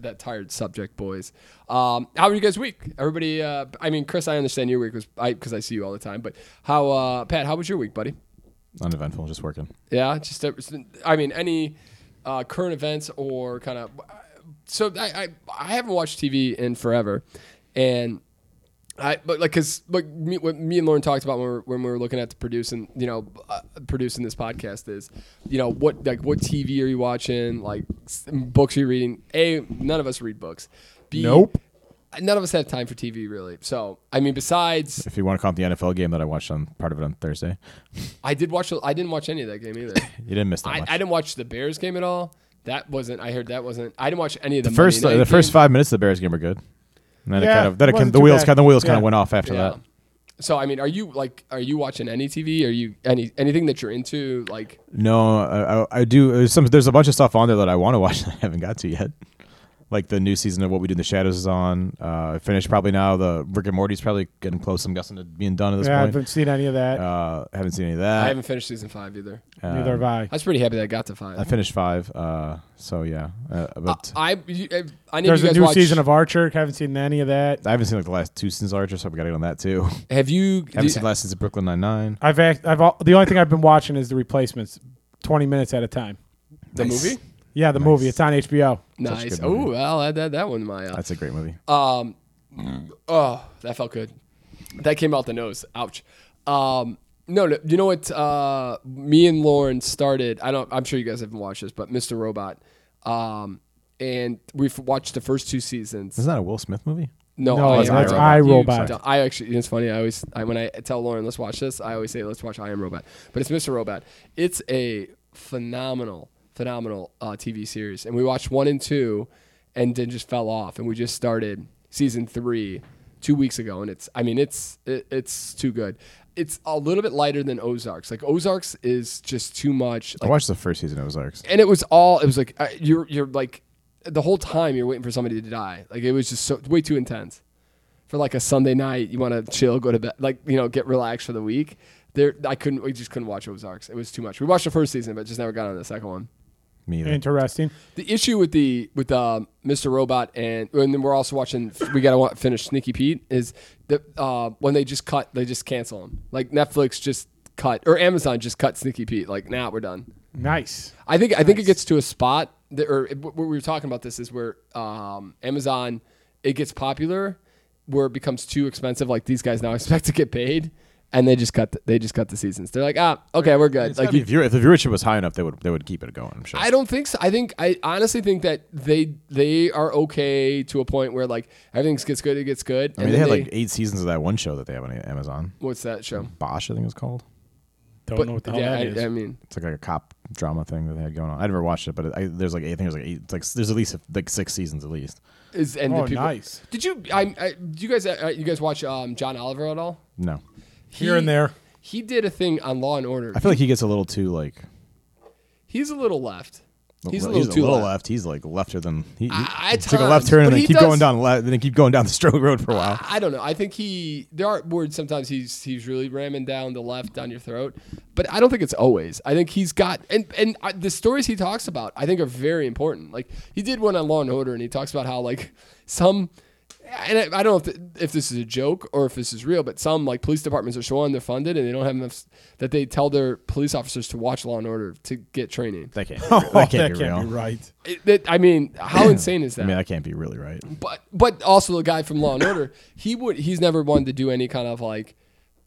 C: that tired subject, boys. Um, how were you guys' week? Everybody. Uh, I mean, Chris, I understand your week was I because I see you all the time. But how, uh, Pat? How was your week, buddy?
B: Uneventful, just working.
C: Yeah, just uh, I mean, any uh, current events or kind of. So I, I I haven't watched TV in forever, and I but like because like me, what me and Lauren talked about when we, were, when we were looking at the producing you know uh, producing this podcast is you know what like what TV are you watching like s- books are you reading a none of us read books b
A: Nope.
C: none of us have time for TV really so I mean besides
B: If you want to call it the NFL game that I watched on part of it on Thursday,
C: I did watch I didn't watch any of that game either
B: you didn't miss that
C: I,
B: much.
C: I didn't watch the Bears game at all. That wasn't. I heard that wasn't. I didn't watch any of the,
B: the first
C: Monday
B: the
C: night
B: first
C: game.
B: five minutes of the Bears game were good. And then it
A: Yeah,
B: kind of then
A: it
B: it came,
A: wasn't
B: the
A: too
B: wheels
A: bad.
B: kind of wheels kind
A: Yeah.
B: of went off after
C: Yeah.
B: that.
C: So I mean, are you like, are you watching any TV? Are you any anything that you're into? Like,
B: No, I, I, I do. There's some. There's a bunch of stuff on there that I want to watch that I haven't got to yet. Like the new season of What We Do in the Shadows is on. Uh, finished probably now. The Rick and Morty's probably getting close. I'm guessing to being done at this
A: yeah, I
B: point.
A: haven't seen any of that.
B: Uh, haven't seen any of
C: I
B: that. Uh,
C: haven't finished season five either.
A: Neither have I.
C: I was pretty happy that I got to five.
B: I finished five. Uh, so yeah, uh, but
C: I you- eh, I, I need
A: There's
C: you
A: a
C: guys
A: new
C: watch-
A: season of Archer. Haven't seen any of that.
B: I haven't seen like the last two seasons of Archer, so I've got to get on that too. [laughs]
C: Have you? do
B: haven't
C: you-
B: seen the last season of Brooklyn Nine Nine.
A: I've act, I've al- the only thing I've been watching is the replacements, twenty minutes at a time.
C: the
B: Nice.
C: movie?
A: Yeah, the movie. It's on HBO.
B: Such a
C: Nice.
B: good movie.
C: Oh, I'll add that that one to my. Uh,
B: That's a great movie.
C: Um, oh, that felt good. That came out the nose. Ouch. Um, no, no, you know what? Uh, me and Lauren started. I don't. I'm sure you guys haven't watched this, but Mr. Robot. Um, and we've watched the first two seasons.
B: Isn't that a Will Smith movie?
C: No,
A: No,
C: I,
A: it's-
C: am
B: that's
C: Robot. You
A: iRobot.
C: dumb- I actually, it's funny. I always, I, when I tell Lauren, let's watch this, I always say, let's watch I Am Robot. But it's Mr. Robot. It's a phenomenal, phenomenal uh, TV series. And we watched one and two and then just fell off. And we just started season three two weeks ago. And it's, I mean, it's, it, it's too good. it's a little bit lighter than Ozarks. Like Ozarks is just too much.
B: I
C: Like,
B: watched the first season of Ozarks.
C: and it was all it was like uh, you're you're like the whole time you're waiting for somebody to die. Like it was just so way too intense for like a Sunday night. You want to chill, go to bed, like you know, get relaxed for the week. There, I couldn't. We just couldn't watch Ozarks. It was too much. We watched the first season, but just never got on the second one.
B: Me either.
A: Interesting.
C: The issue with the with uh, Mr. Robot and and then we're also watching. We gotta wa finish Sneaky Pete is that uh, when they just cut, they just cancel them. Like Netflix just cut or Amazon just cut Sneaky Pete. Like now nah, we're done.
A: Nice.
C: I think I think it gets to a spot that, or it, what we were talking about this is where um, Amazon it gets popular, where it becomes too expensive. Like these guys now [laughs] expect to get paid, and they just cut the, they just cut the seasons. They're like, ah, okay, we're good.
B: It's
C: like
B: gotta be viewer- if the viewership was high enough, they would they would keep it going. I'm sure.
C: I don't think so. I think I honestly think that they they are okay to a point where like everything gets good, it gets good.
B: I mean, they had like eight seasons of that one show that they have on Amazon.
C: what's that show?
B: Bosch, I think it was called.
A: Don't know what the hell
C: yeah,
A: that
C: I,
A: is.
C: I mean,
B: It's like, a cop drama thing that they had going on. I never watched it, but I, there's like I think there's like eight, it's like there's at least like six seasons at least.
C: is and
A: oh,
C: the people.
A: nice.
C: Did you? I, I do you guys uh, you guys watch um, John Oliver at all?
B: No,
A: Here and there.
C: He did a thing on Law and Order.
B: I feel like he gets a little too like
C: He's a little left. He's a little too
B: little
C: left.
B: He's like lefter than he,
C: I-
B: he
C: at
B: took a left
C: times,
B: turn
C: but
B: and then
C: he
B: keep
C: does-
B: going down left, then he keep going down the [laughs] stroke road for a while.
C: I don't know. I think he there are words sometimes he's he's really ramming down the left down your throat, but I don't think it's always. I think he's got and and I, the stories he talks about I think are very important. Like he did one on Law and Order, and he talks about how like some. And I, I don't know if, th if this is a joke or if this is real, but some like police departments are so underfunded and they don't have enough s- that they tell their police officers to watch Law and Order to get training.
B: That [laughs] can't.
A: Oh,
B: that can't be real.
A: right.
C: It- that- I mean,
B: [clears throat]
C: how insane is that?
B: I mean, that can't be really right.
C: but but also the guy from Law and Order, he would he's never wanted to do any kind of like,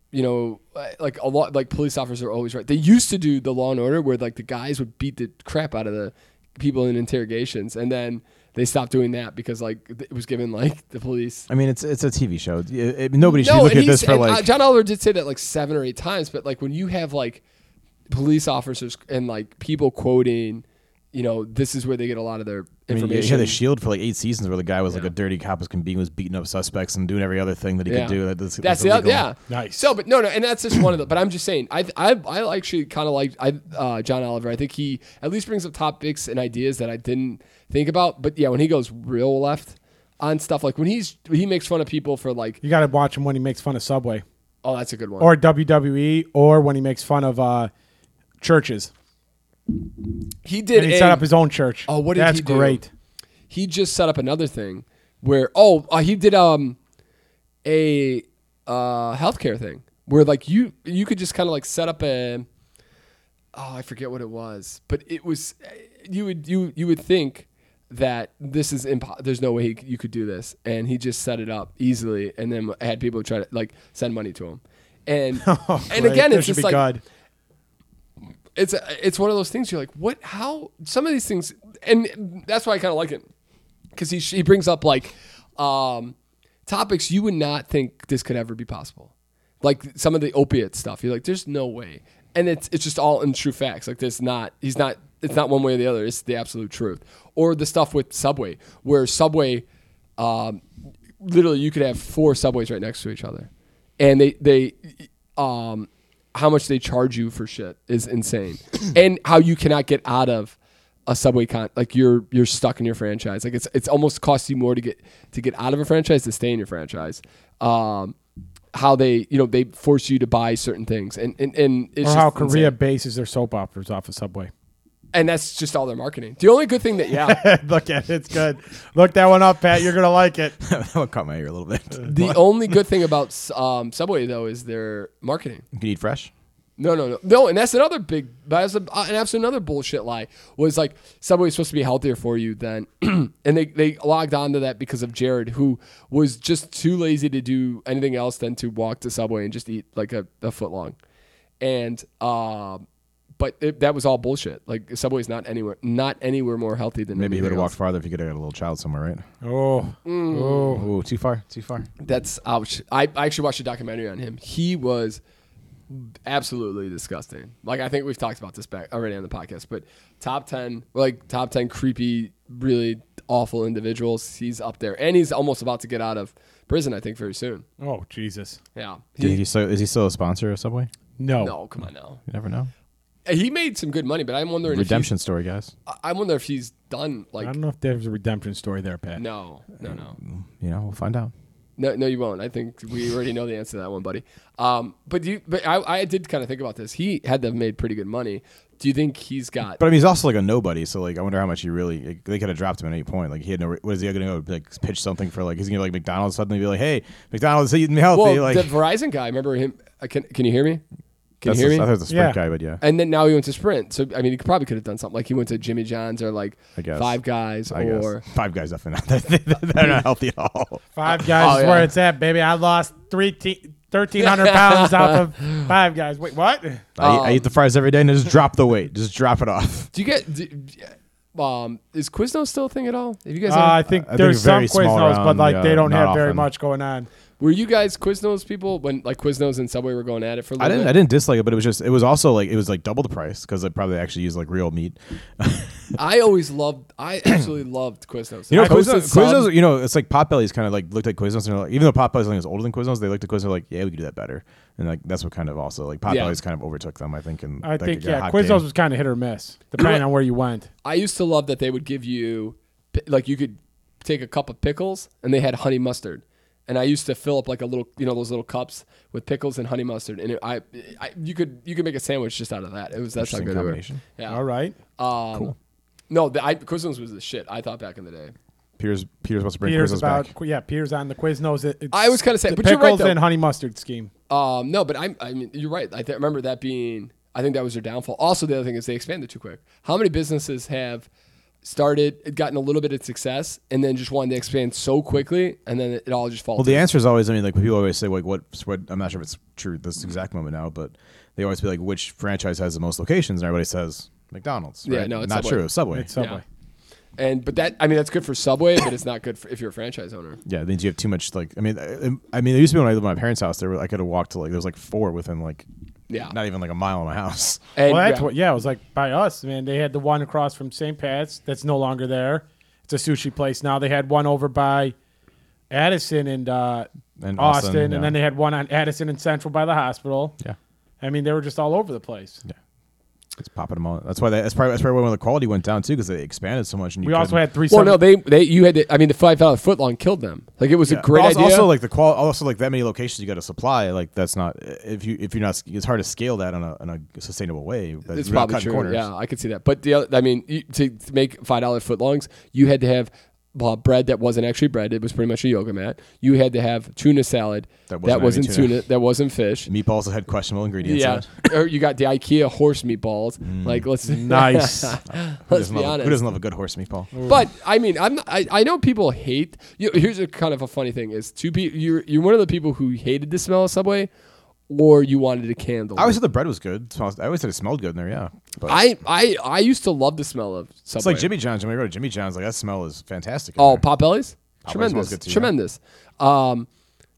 C: you know, like a lot like police officers are always right. They used to do the Law and Order where like the guys would beat the crap out of the people in interrogations, and then they stopped doing that because like it was given like the police.
B: I mean, it's it's a TV show. It- it- nobody should
C: No,
B: look
C: and
B: at this
C: he's,
B: for
C: and, uh,
B: like.
C: John Oliver did say that like seven or eight times, but like when you have like police officers and like people quoting, you know, this is where they get a lot of their
B: I mean,
C: information.
B: you had the Shield for like eight seasons, where the guy was like a dirty cop as can be, was beating up suspects and doing every other thing that he
C: Yeah.
B: could do. That, that's,
C: That's
B: that's
C: the
B: illegal.
C: yeah.
A: Nice.
C: So, but no, no, and that's just one of the. But I'm just saying, I, I, I actually kind of like I, uh, John Oliver. I think he at least brings up topics and ideas that I didn't think about. But yeah, when he goes real left on stuff, like when he's he makes fun of people for like,
A: You got to watch him when he makes fun of Subway
C: oh, that's a good one.
A: or WWE or when he makes fun of uh, churches.
C: he
A: And
C: did.
A: he
C: a-
A: set up his own church.
C: Oh, what did
A: That's
C: he do?
A: great.
C: he just set up another thing where oh uh, he did um a uh healthcare thing where like you you could just kind of like set up a oh I forget what it was but it was eh, you would you you would think that this is impo- there's no way he, you could do this and he just set it up easily and then had people try to like send money to him
A: [laughs]
C: and and
A: Oh, Great.
C: again
A: That
C: it's
A: should
C: just
A: be
C: like
A: good.
C: it's it's one of those things you're like what how some of these things and that's why i kind of like it because he, he brings up like um, topics you would not think this could ever be possible like some of the opiate stuff you're like there's no way and it's it's just all in true facts like there's not he's not it's not one way or the other it's the absolute truth or the stuff with subway where subway um, literally you could have four subways right next to each other and they they um how much they charge you for shit
A: [clears throat]
C: is insane and how you cannot get out of a subway con like you're you're stuck in your franchise like it's it's almost costs you more to get to get out of a franchise to stay in your franchise um how they you know they force you to buy certain things and and, and it's
A: Or
C: just
A: how
C: insane.
A: Korea bases their soap operas off of Subway. [laughs]
C: and that's just all their marketing the only good thing that yeah
A: Look at it. It's good. Look that one up, Pat. You're going to like
C: [laughs]
A: it.
B: [laughs] that one caught my ear a little bit. [laughs] you
C: the only good thing about um, subway though is their marketing
B: can eat fresh.
C: No, no, no, no, and that's another big. That's a, uh, and that's another bullshit lie. Was like Subway's supposed to be healthier for you than, [clears throat] and they they logged onto that because of Jared, who was just too lazy to do anything else than to walk to Subway and just eat like a, a foot long, and um, but it, that was all bullshit. Like Subway's not anywhere not anywhere more healthy than
B: Maybe he would have
C: anything
B: walked farther if he could have got a little child somewhere, right?
A: Oh. Oh.
B: Oh, too far, too far.
C: else. That's ouch. I, I actually watched a documentary on him. He was absolutely disgusting. Like I think we've talked about this back already on the podcast, but top ten, like top ten creepy, really awful individuals. He's up there, and he's almost about to get out of prison, I think, very soon.
A: Oh Jesus!
C: Yeah.
B: Do you
C: He-
B: think he's still, is he still a sponsor of Subway?
A: No.
C: no, come on now.
B: You never know.
C: He made some good money, but I'm wondering
B: Redemption story, guys.
C: if he's, I I wonder if he's done like
A: I don't know if there's a redemption story there, Pat.
C: no, no, no.
B: You know, we'll find out.
C: No, no, you won't. I think we already know the answer to that one, buddy. Um, but do you, but I, I did kind of think about this. He had to have made pretty good money. Do you think he's got?
B: But I mean, he's also like a nobody. So like, I wonder how much he really like, they could have dropped him at any point. Like he had no. re- What is he going to go like pitch something for? Like he's going to like McDonald's suddenly be like, hey, McDonald's eating healthy.
C: well,
B: like [laughs]
C: the Verizon guy. Remember him? Uh, can Can you hear me? Can
B: that's
C: you hear
B: the, I
C: me?
B: thought it was the sprint
A: Yeah.
B: guy, but yeah,
C: And then now he went to Sprint. So I mean, he probably could have done something like he went to Jimmy John's or like
B: I guess.
C: Five Guys
B: I
C: or
B: guess five guys definitely not. [laughs] They're- They're not healthy at all.
A: Five Guys
C: Oh,
A: is
C: yeah.
A: where it's at, baby. I lost three te- 1,300
C: [laughs]
A: pounds off of Five Guys. Wait, what?
B: I, eat- I eat the fries every day and just drop the weight. Just drop it off.
C: Do you get? Do, um, is Quiznos still a thing at all? Have you guys?
A: Uh,
C: ever-
A: I think
B: I think
A: there's
B: very
A: some
B: small
A: Quiznos, but
B: round,
A: like
B: yeah,
A: they don't
B: not
A: have very
B: often.
A: much going on.
C: were you guys Quiznos people when like Quiznos and Subway were going at it for a little
B: I didn't.
C: bit?
B: I didn't dislike it, but it was just. It was also like it was like double the price because they probably actually used like real meat. [laughs]
C: I always loved. I [clears throat] absolutely loved Quiznos.
B: You know,
C: I posted
B: Quiznos,
C: some-
B: Quiznos. You know, it's like Potbelly's kind of like looked at Quiznos, and they're like, even though Potbelly's like is older than Quiznos, they looked at Quiznos like, yeah, we could do that better, and like that's what kind of also like Potbelly's kind of overtook them, I think. And
A: I think yeah, Quiznos was kind of hit or miss depending on where you
C: [coughs]
A: went.
C: I used to love that they would give you, pi- like, you could take a cup of pickles and they had honey mustard. And I used to fill up like a little, you know, those little cups with pickles and honey mustard. And it, I, I, you could, you could make a sandwich just out of that. It was that's how
B: Interesting
C: good they were.
B: combination.
C: Yeah.
A: All right,
C: Um, No, the, I, Quiznos was the shit. I thought back in the day.
B: Peter's Peter's wants to bring
A: Peter's
B: Quiznos
A: about
B: back.
A: yeah, Peter's on the Quiznos. It, it's
C: I was kinda saying-
A: the
C: but you're right,
A: pickles
C: though.
A: and honey mustard scheme.
C: Um, no, but I'm, I mean, you're right. I th- remember that being, I think that was their downfall. Also, the other thing is they expanded too quick. How many businesses have started, gotten a little bit of success, and then just wanted to expand so quickly, and then it, it all just falls.
B: Well, the answer is always. I mean, like people always say, like what, what? I'm not sure if it's true at this exact moment now, but they always be like, which franchise has the most locations, and everybody says McDonald's.
C: Yeah,
B: right?
C: no, it's
B: not
C: Subway.
B: true. Subway.
A: It's Subway.
C: And but that I mean that's good for Subway, but it's not good for if you're a franchise owner.
B: Yeah, then you have too much. Like, I mean, I, I mean, it used to be when I lived at my parents' house. There, were, I could have walked to like there was like four within like,
C: Yeah.
B: not even like a mile of my house.
C: And
A: well, that's
C: yeah,
A: what. Yeah, it was like by us, man. They had the one across from St. Pat's that's no longer there. It's a sushi place now. They had one over by Addison and uh,
B: And
A: Austin,
B: Austin, yeah.
A: and then they had one on Addison and Central by the hospital.
B: Yeah,
A: I mean, they were just all over the place.
B: just popping them all. That's why they, that's probably that's probably when the quality went down too because they expanded so much. And you
A: We also
B: couldn't-
A: had three.
C: well, no,
A: seven-
C: they they you had to, I mean the five dollar foot long killed them. Like it was
B: Yeah.
C: a great
B: But also,
C: idea.
B: Also, like the qual, also like that many locations you got to supply. Like that's not if you if you're not, it's hard to scale that on a, on a sustainable way. But
C: it's
B: you're not
C: probably
B: cutting
C: true.
B: corners.
C: Yeah, I could see that. But the other, I mean, you, to, to make five dollar foot longs, you had to have uh, bread that wasn't actually bread. It was pretty much a yoga mat. You had to have tuna salad
B: That
C: that
B: wasn't
C: wasn't
B: any
C: tuna.
B: tuna.
C: that wasn't fish.
B: Meatballs had questionable ingredients. in
C: Yeah,
B: it.
C: or you got the IKEA horse meatballs.
B: Mm.
C: Like let's
A: nice.
B: Who
C: [laughs] let's
B: doesn't
C: be
B: love a-
C: honest.
B: Who doesn't love a good horse meatball?
C: But I mean, I'm I, I know people hate. You know, here's a kind of a funny thing: is two people you're you're one of the people who hated the smell of Subway, or you wanted a candle.
B: I always said the bread was good. Smells- I always said it smelled good in there. Yeah, but
C: I I I used to love the smell of Subway.
B: It's like Jimmy John's. When we go to Jimmy John's, like that smell is fantastic. in
C: Oh,
B: there.
C: Potbelly's,
B: Potbelly's
C: tremendous,
B: smells good too, yeah.
C: tremendous. Um,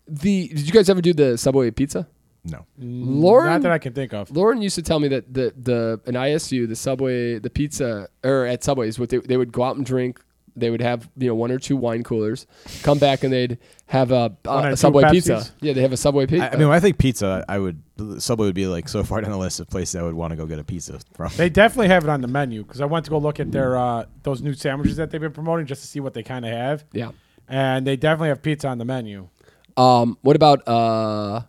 C: the did you guys ever do the Subway pizza?
B: no!
C: Mm. Lauren,
A: Mm, Not that I can think of.
C: Lauren used to tell me that the the in ISU the subway the pizza or at subways what they they would go out and drink. They would have you know one or two wine coolers, come back and they'd have a,
A: or
C: a,
A: two
C: subway pizza.
A: Pepsis?
C: Yeah, they have a subway
B: I,
C: pizza.
B: I mean, when I think pizza, I would Subway would be like so far down the list of places I would want to go get a pizza from.
A: They definitely have it on the menu because I went to go look at their uh, those new sandwiches that they've been promoting just to see what they kind of have.
C: yeah.
A: And they definitely have pizza on the menu.
C: Um, what about uh,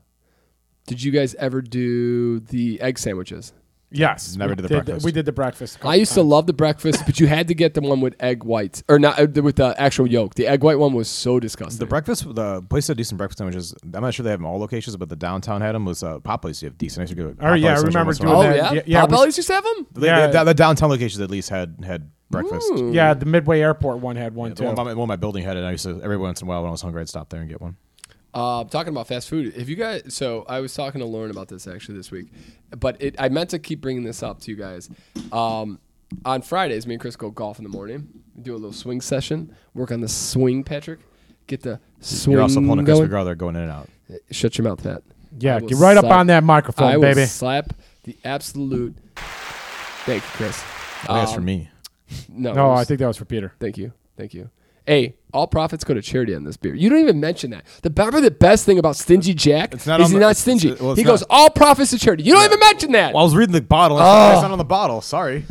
C: did you guys ever do the egg sandwiches?
A: Yes,
B: Never
A: we
B: did the breakfast.
A: We did the breakfast. a couple
C: I used to
A: times.
C: love the breakfast, but you had to get the one with egg whites or not uh, with the actual yolk. The egg white one was so disgusting.
B: The breakfast, the place that do some breakfast sandwiches. I'm not sure they have them all locations, but the downtown had them was uh, Popeyes. You have decent. I used to go to
A: Oh, yeah,
B: Popeyes
A: I
B: every
A: remember
B: once in a
A: doing
C: oh
B: while.
A: that.
C: yeah,
A: Yeah, yeah, we-
C: Potbelly's used to have them.
B: They-
A: Yeah.
B: the, the downtown locations at least had had breakfast.
A: Yeah, the Midway Airport one had one
B: The one,
A: too.
B: by my, one my building had it. And I used to every once in a while when I was hungry, I'd stop there and get one.
C: Uh, talking about fast food, if you guys, so I was talking to Lauren about this actually this week, but it, I meant to keep bringing this up to you guys. Um, on Fridays, me and Chris go golf in the morning, do a little swing session, work on the swing, Patrick, get the swing
B: You're also pulling a Chris
C: going.
B: McGraw there going in and out.
C: Shut your mouth, Pat. I
A: Yeah,
C: will
A: get right up
C: slap-
A: on that microphone,
C: I will
A: baby.
C: slap the absolute. Thank you, Chris.
B: I think that's for
C: Um,
B: me.
C: No,
A: no,
C: it was-
A: I think that was for Peter.
C: Thank you, thank you. Hey, all profits go to charity on this beer. You don't even mention that. The probably the best thing about stingy Jack
B: It's not
C: is
B: on
C: he's
B: the-
C: not stingy.
B: it's- uh, well, it's
C: he
B: not.
C: goes all profits to charity. You don't even mention that.
B: Well, I was reading the bottle. And oh. It's not on the bottle. Sorry.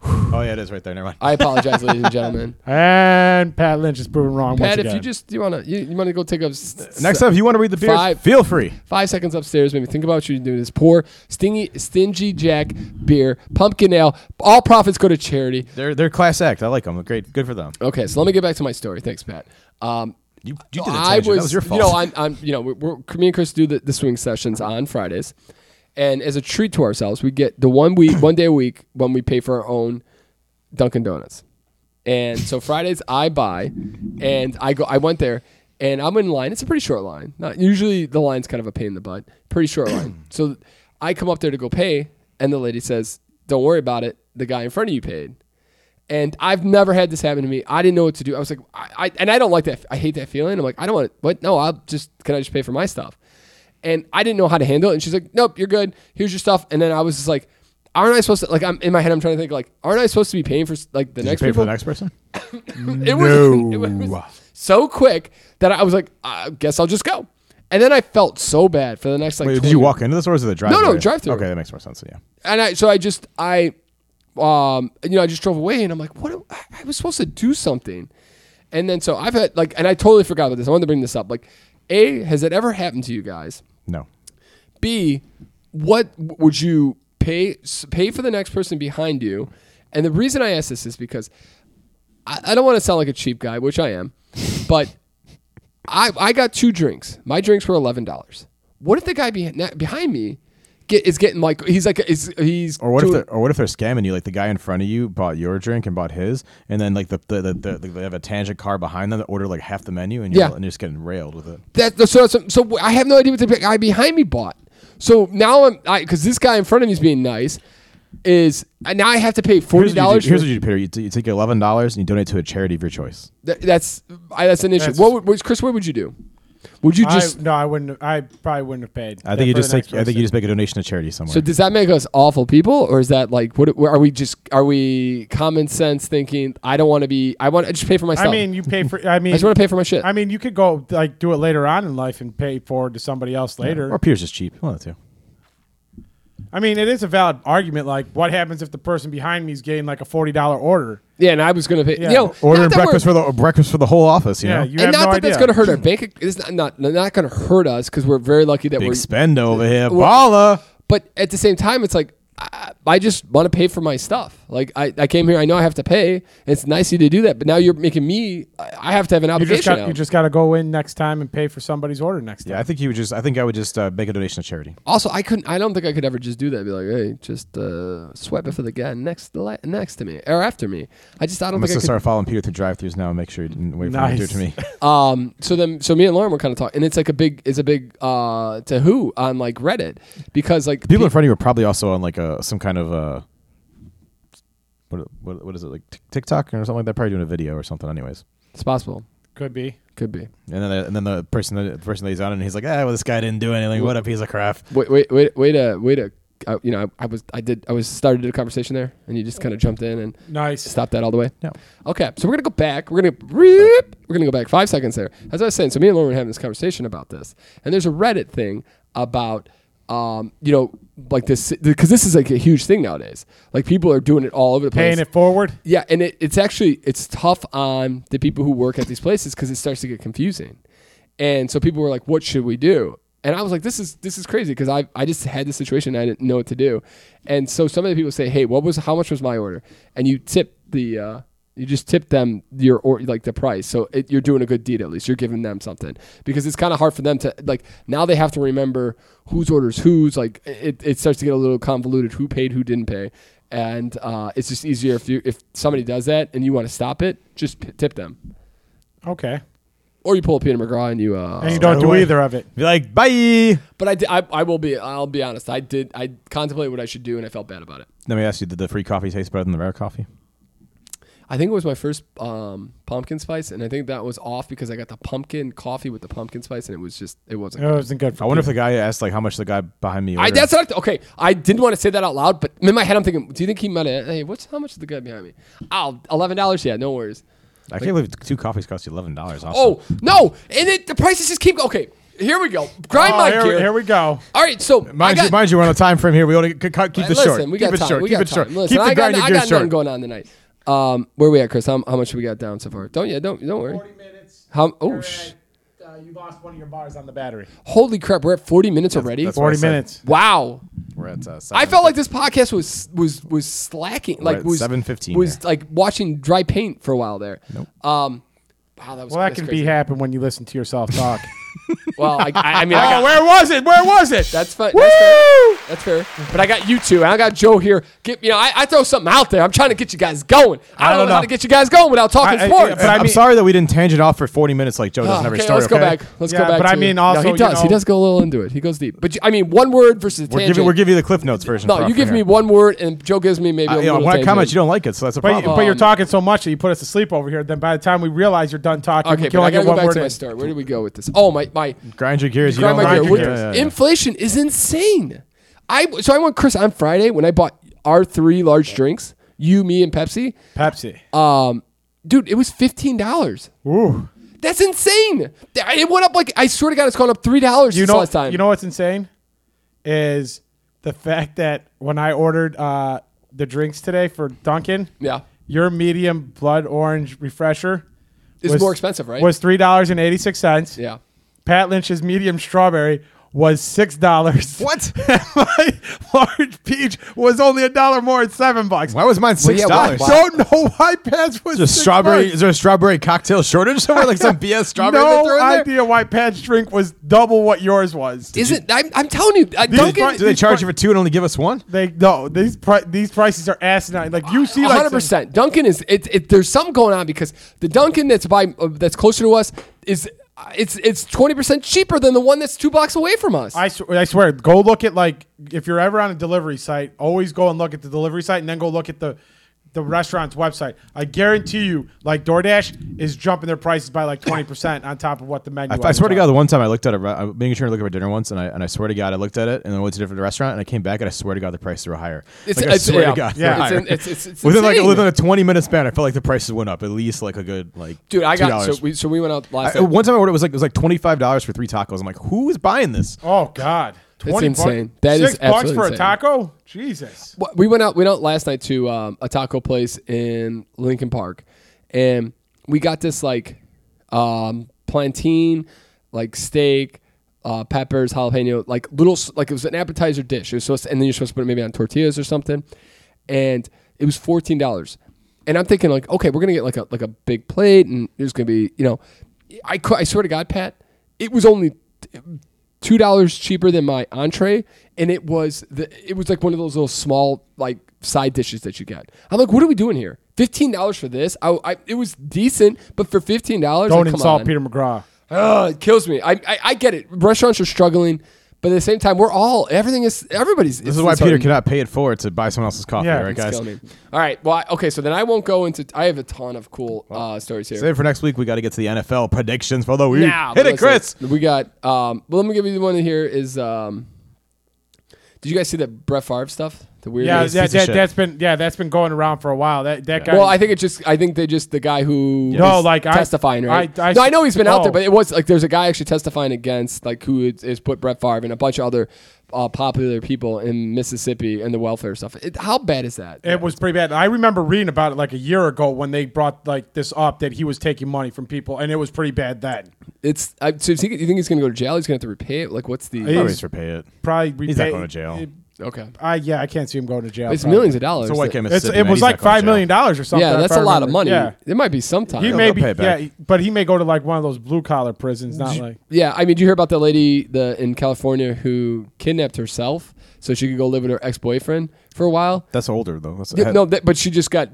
B: [sighs] Oh yeah, it is right there. Never mind.
C: I apologize, ladies and gentlemen.
A: And Pat Lynch is proven wrong [laughs] once
C: Pat, if
A: again.
C: you just you wanna you, you wanna go take a s- s-
B: Uh, Next up, if you want to read the beers,
C: Five.
B: feel free.
C: five seconds upstairs, maybe think about what you're doing. This poor stingy stingy Jack beer, pumpkin ale. All profits go to charity.
B: They're they're class act. I like them. Great, good for them.
C: Okay, so let me get back to my story. Thanks, Pat. Um,
B: You, you did a
C: I
B: tangent.
C: was,
B: that was your fault.
C: You know, I'm, I'm you know, we're, we're, me and Chris do the, the swing sessions on Fridays, and as a treat to ourselves, we get the one week, one day a week when we pay for our own Dunkin' Donuts, and so Fridays I buy, and I go, I went there. And I'm in line. It's a pretty short line. Not usually the line's kind of a pain in the butt. Pretty
B: [clears throat]
C: short line. So I come up there to go pay, and the lady says, "Don't worry about it. The guy in front of you paid." And I've never had this happen to me. I didn't know what to do. I was like, I, I and I don't like that. I hate that feeling. I'm like, I don't want it. What? No, I'll just, can I just pay for my stuff? And I didn't know how to handle it. And she's like, nope, you're good. Here's your stuff. And then I was just like, aren't I supposed to, like, I'm in my head, I'm trying to think, like, aren't I supposed to be paying for, like, the next
B: Pay for
C: people?
B: the next person.
C: it was, [laughs] it was so quick that I was like, I guess I'll just go. And then I felt so bad for the next, like,
B: Wait, did
C: 20
B: you walk into this or was it the drive?
C: no, drive-thru.
B: Okay, that makes more sense. Yeah.
C: and I so I just I um you know I just drove away and I'm like what do- I was supposed to do something and then so I've had like and I totally forgot about this I wanted to bring this up like a has it ever happened to you guys
B: No.
C: B, what would you pay s- pay for the next person behind you? And the reason I ask this is because I, I don't want to sound like a cheap guy, which I am, but I I got two drinks. My drinks were eleven dollars. What if the guy be, na- behind me get is getting like he's like is he's
B: Or what if
C: doing-
B: they're, or what if they're scamming you? Like the guy in front of you bought your drink and bought his, and then like the, the, the, the, they have a tangent car behind them that order like half the menu, and you're,
C: Yeah.
B: and you're just getting railed with it.
C: That so so, so I have no idea what the guy behind me bought. So now I'm I because this guy in front of me is being nice. Is and now I have to pay forty
B: Here's what you
C: dollars.
B: do, here's what you do, Peter. You, t- you take your eleven dollars and you donate to a charity of your choice.
C: That, that's I, that's an issue.
A: That's-
C: what would, what- Chris? What would you do? Would you just?
A: I, no, I wouldn't. have- I probably wouldn't have paid.
B: I think you
A: for the
B: just take.
A: next
B: I think
A: person.
B: you just make a donation to charity somewhere.
C: so does that make us awful people, or is that like what? Are we just? Are we common sense thinking? I don't want to be. I want to just pay for myself.
A: I mean, you pay for. I
C: [laughs] I
A: mean,
C: just want to pay for my shit.
A: I mean, you could go like do it later on in life and pay forward to somebody else later.
B: or Peter's just cheap. One of the two.
A: I mean, it is a valid argument. Like, what happens if the person behind me is getting like a forty dollar order?
C: yeah, and I was gonna pay.
A: Yeah.
C: You know,
B: Ordering
C: not that we're-
B: breakfast for the breakfast for the whole office. You
A: Yeah,
B: know,
A: you
C: and
A: have
C: not
A: no
C: that
A: idea.
C: that's gonna hurt our bank. ac- It's not not, not gonna hurt us because we're very lucky that
B: big
C: we're
B: spend over here,
C: Well-
B: Paula.
C: but at the same time, it's like I, I just want to pay for my stuff. Like I, I came here, I know I have to pay. And it's nice of you to do that, but now you're making me. I I have to have an
A: You
C: obligation.
A: just got.
C: now.
A: You just got to go in next time and pay for somebody's order next time.
B: Yeah, I think you would just. I think I would just uh, make a donation to charity.
C: Also, I couldn't. I don't think I could ever just do that. Be like, hey, just uh, swipe it for the guy next the li- next to me or after me. I just I don't
B: I'm gonna
C: think I could.
B: start following Peter through drive-throughs now and make sure you didn't wait for him to do it
A: Nice.
B: to me.
C: [laughs] Um, so then, so me and Lauren were kind of talking, and it's like a big, it's a big uh, to who on like Reddit because like
B: People in front of you are probably also on like a some kind of uh what what, what is it like Tik- TikTok or something like that? Probably doing a video or something, anyways.
C: it's possible
A: Could be.
C: could be.
B: And then the, and then the person that the person that he's on and he's like, ah, well, this guy didn't do anything. What a piece of crap.
C: Wait, wait, wait, wait a, wait a. I, you know, I, I was, I did, I was started a conversation there, and you just kind of jumped in and
A: Nice.
C: stopped that all the way.
B: No,
C: Okay, so we're gonna go back. We're gonna reep, we're gonna go back five seconds there. As I was saying, so me and Lauren were having this conversation about this, and there's a Reddit thing about, um, you know, like this because this is like a huge thing nowadays. Like people are doing it all over the place.
A: Paying it forward.
C: Yeah, and it, it's actually it's tough on the people who work at these places because it starts to get confusing, and so people were like, "What should we do?" And I was like, "This is this is crazy because I I just had this situation and I didn't know what to do," and so some of the people say, "Hey, what was how much was my order?" And you tip the uh, you just tip them your or like the price, so it, you're doing a good deed at least. You're giving them something because it's kind of hard for them to like now they have to remember whose orders whose like it it starts to get a little convoluted who paid who didn't pay and uh, it's just easier if you if somebody does that and you want to stop it, just p- tip them,
A: Okay.
C: or you pull a Peter McGraw and you. Uh,
A: And you don't
B: by the
A: do
B: Oh, way-
A: either of it.
B: be like, bye.
C: but I, di- I I will be I'll be honest. I did I contemplated what I should do and I felt bad about it.
B: Let me ask you, did the free coffee taste better than the rare coffee?
C: I think it was my first um, pumpkin spice, and I think that was off because I got the pumpkin coffee with the pumpkin spice, and it was just it wasn't.
A: It wasn't good. For
B: I wonder if
A: people.
B: the guy asked like how much the guy behind me.
C: I,
B: ordered.
C: that's not okay. I didn't want to say that out loud, but in my head I'm thinking, do you think he might have? Hey, what's how much is the guy behind me? Oh, eleven dollars. Yeah, no worries.
B: I can't believe two coffees cost you eleven dollars.
C: Oh no! And it, the prices just keep going. Okay, here we go. Grind
A: Oh,
C: my
A: here,
C: gear.
A: here we go.
C: All right, so I
B: mind
C: got,
B: you, mind you, we're on a time frame here. We only keep this
C: listen,
B: short.
C: we
B: keep
C: got
B: it
C: time.
B: short.
C: We
B: keep
C: got
B: it short.
C: time. Listen,
B: keep the
C: I got,
B: grind of
C: I
B: gear
C: got nothing
B: short.
C: going on tonight. Um, where we at, Chris? How, how much we got down so far? Don't yeah, don't don't worry.
A: minutes.
C: How- oh, You're sh-
A: uh, you lost one of your bars on the battery.
C: Holy crap, we're at 40 minutes already. oh,
B: that's what I
A: 40
B: said.
A: minutes.
C: wow.
B: We're at uh,
C: I
B: seven.
C: felt like this podcast was was was slacking. Like
B: at
C: was
B: 7:15
C: was
B: here.
C: like watching dry paint for a while there. Nope. Um, wow, that was
A: Well, that
C: that's
A: can
C: crazy.
A: be happen when you listen to yourself
B: [laughs]
A: talk.
C: Well, I, I, I mean,
A: [laughs]
C: I
A: oh,
C: got,
A: where was it? Where was it?
C: that's fine.
A: Woo!
C: That's fair. That's fair. But I got you two, and I got Joe here. Get you know, I, I throw something out there. I'm trying to get you guys going. I don't, know, how to get you guys going without talking
A: I- I-
C: sports.
A: but I
B: I'm
A: mean-
B: sorry that we didn't tangent off for 40 minutes like Joe does
C: Ah,
B: in every
C: okay,
B: story.
C: let's go
B: okay?
C: back. Let's go
A: Yeah,
C: back.
A: but I
C: to-
A: mean,
C: no,
A: also,
C: he
A: you
C: does. he
A: know-
C: does go a little into it. He goes deep. But you- I mean, one word versus a
B: We're
C: tangent.
B: giving, we're giving you the Cliff Notes version.
C: no,
B: for-
C: you
B: for
C: give me
B: here.
C: one word, and Joe gives me maybe. a
B: I, you know,
C: little
B: when I
C: tangent.
B: comment, you don't like it, so that's a
A: But,
B: problem.
A: you, but you're
C: Um,
A: talking so much that you put us to sleep over here. Then by the time we realize you're done talking,
C: Okay,
A: we
C: but
A: can
C: I
A: only get
C: gotta go
A: one
C: back
A: word
C: to
A: in.
C: my story. Where do we go with this? Oh my my.
B: grind your gears. You
C: Grind
B: don't
C: my
B: like
A: grind
C: gear.
A: your
C: We're-
A: gears.
B: Yeah, yeah, yeah.
C: Inflation is insane. I so I went Chris on Friday when I bought our three large drinks, you, me, and Pepsi.
A: Pepsi.
C: Um, dude, it was fifteen dollars.
A: Ooh.
C: That's insane. Th- It went up like I swear to God, it's gone up three dollars
A: You
C: since
A: know,
C: last time.
A: you know what's insane is the fact that when I ordered uh, the drinks today for Duncan,
C: Yeah.
A: your medium blood orange refresher
C: It's more expensive, right?
A: Was three dollars and eighty six cents.
C: yeah.
A: Pat Lynch's medium strawberry was six dollars. [laughs]
B: What?
A: My large peach was only a dollar more at seven bucks.
B: Why was mine six
C: yeah, why-
B: dollars?
A: I don't know why Pat's was
B: Just
A: six
B: strawberry.
A: bucks.
B: Is there a strawberry cocktail shortage somewhere? Like
C: [laughs]
B: some BS strawberry they threw
A: No
B: in there?
A: idea why Pat's drink was double what yours was.
C: Isn't I'm, I'm telling you, uh,
B: Do they-
C: Dunkin'
B: do they charge
A: pri-
B: you for two and only give us one?
A: They no these pri- these prices are asinine. Like you see, like
C: hundred percent. Duncan is it, it. There's something going on because the Duncan that's by uh, that's closer to us is uh, it's it's twenty percent cheaper than the one that's two blocks away from us.
A: I, sw- I swear, go look at like if you're ever on a delivery site, always go and look at the delivery site, and then go look at the the restaurant's website. I guarantee you, like DoorDash is jumping their prices by like twenty percent on top of what the menu.
B: I, I
A: items
B: swear to
A: are.
B: God, the one time I looked at it, I was making sure to look at my dinner once, and I and I swear to God, I looked at it, and then went to a different restaurant, and I came back, and I swear to God, the prices were higher.
C: It's-
B: like, I
C: it's-
B: swear
C: yeah.
B: to God,
A: Yeah.
B: they were
A: It's
B: higher.
C: in- it's- it's- it's
B: within like
C: insane.
B: within a twenty minute span, I felt like the prices went up at least like a good like
C: Dude, I got
B: $2.
C: so we so we went out last
B: I-
C: night.
B: one time I ordered it was like it was like twenty five dollars for three tacos. I'm like, who is buying this?
A: Oh God, twenty
C: insane.
A: Bucks,
C: That is
A: six bucks
C: absolutely
A: for a
C: insane.
A: taco. Jesus.
C: Well, we went out we went out last night to um, a taco place in Lincoln Park, and we got this like um, plantain, like steak, uh, peppers, jalapeno, like little s- like it was an appetizer dish. It was supposed to- and then you're supposed to put it maybe on tortillas or something, and it was fourteen dollars. And I'm thinking like, okay, we're gonna get like a like a big plate, and there's gonna be you know, I cou- I swear to God, Pat, it was only two dollars cheaper than my entree, and it was the it was like one of those little small like side dishes that you get. I'm like, what are we doing here? Fifteen dollars for this? I, I it was decent, but for fifteen dollars,
A: Don't
C: like, come
A: insult
C: on.
A: Peter McGraw.
C: Ugh, it kills me. I, I I get it. Restaurants are struggling, but at the same time, we're all everything is everybody's.
B: This is why Peter cannot pay it forward to buy someone else's coffee,
A: Yeah,
B: right,
A: it's
B: guys?
C: Kill me. All right. Well, I, okay. So then I won't go into. I have a ton of cool uh, stories here.
B: Save it for next week. We got to get to the NFL predictions for the week.
C: Now,
B: Hit it,
C: listen,
B: Chris.
C: We got. Um, well, let me give you the one here. Is um, did you guys see that Brett Favre stuff? The weird.
A: Yeah,
B: He's a
A: that,
B: piece of
A: that,
B: shit.
A: that's been yeah that's been going around for a while. That that guy.
C: Well, I think it just. I think they just the guy who
A: No,
C: was
A: like, I-
C: testifying, right?
A: I- I-
C: no, I know he's been out there,
A: oh.
C: but it was like there's a guy actually testifying against like who is, is put Brett Favre and a bunch of other uh, popular people in Mississippi and the welfare stuff. It, how bad is that?
A: It was pretty bad. I remember reading about it like a year ago when they brought like this up that he was taking money from people, and it was pretty bad then.
C: It's. I, so is he, you think he's going to go to jail? He's going to have to repay it. Like, what's the?
A: He-
B: Probably
A: he's-
B: for pay it.
A: Probably repay,
B: He's not going to jail.
A: It-
C: okay.
A: I yeah, I can't see him going to jail.
C: It's
A: probably.
C: millions of dollars.
B: It's a white guy,
A: It's,
B: Mississippi.
A: it
B: man.
A: was
B: He's
A: like
B: not going to
A: five million
B: jail.
A: dollars or something.
C: Yeah,
A: if
C: that's
A: I
C: a lot of
A: remember.
C: money.
A: Yeah,
C: There might be some time.
A: he
B: They'll-
A: may
B: they'll
A: be.
B: pay it back.
A: Yeah, but he may go to like one of those blue collar prisons, not like.
C: Yeah, I mean, did you hear about the lady the in California who kidnapped herself so she could go live with her ex boyfriend for a while?
B: That's older though. That's,
C: Yeah, no, that, but she just got.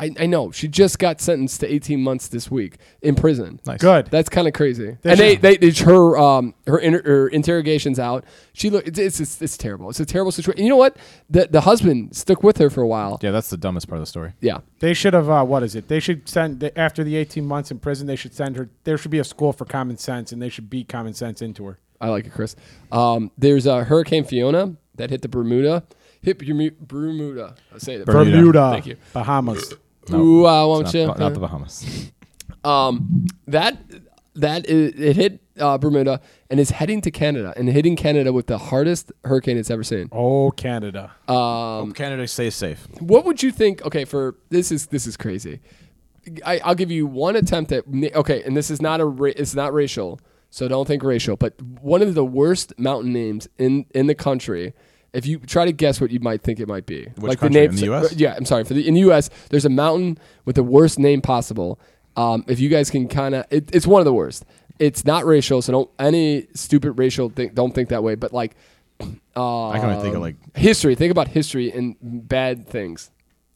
C: I, I know she just got sentenced to 18 months this week in prison.
B: nice.
A: Good.
C: That's kind of crazy.
A: They
C: and they,
A: should-
C: they, they her um her, inter, her interrogations out. She look it's, it's it's it's terrible. It's a terrible situation. You know what? The the husband stuck with her for a while.
B: Yeah, that's the dumbest part of the story.
C: Yeah.
A: They should have. Uh, what is it? They should send the- after the eighteen months in prison. They should send her. There should be a school for common sense, and they should beat common sense into her.
C: I like it, Chris. Um, there's a Hurricane Fiona that hit the Bermuda. Hit Bermu- Bermuda. I say it.
B: Bermuda.
A: Bermuda,
C: Thank you.
A: Bahamas.
B: No,
C: Ooh, I want
B: It's
C: you.
B: not, not the Bahamas.
C: Um, that that i- it hit uh, Bermuda and is heading to Canada and hitting Canada with the hardest hurricane it's ever seen.
A: Oh, Canada.
C: Um,
B: Hope Canada stays safe.
C: What would you think? Okay, for this is this is crazy. I, I'll give you one attempt at okay, and this is not a ra- it's not racial, so don't think racial. But one of the worst mountain names in in the country. If you try to guess what you might think it might be, like
B: country?
C: name
B: In the US?
C: Yeah, I'm sorry for the in the U.S. There's a mountain with the worst name possible. Um, if you guys can kind of, it, it's one of the worst. It's not racial, so don't any stupid racial thing. Don't think that way. But like, [clears throat] uh,
B: I can only think of like
C: history. Think about history and bad things.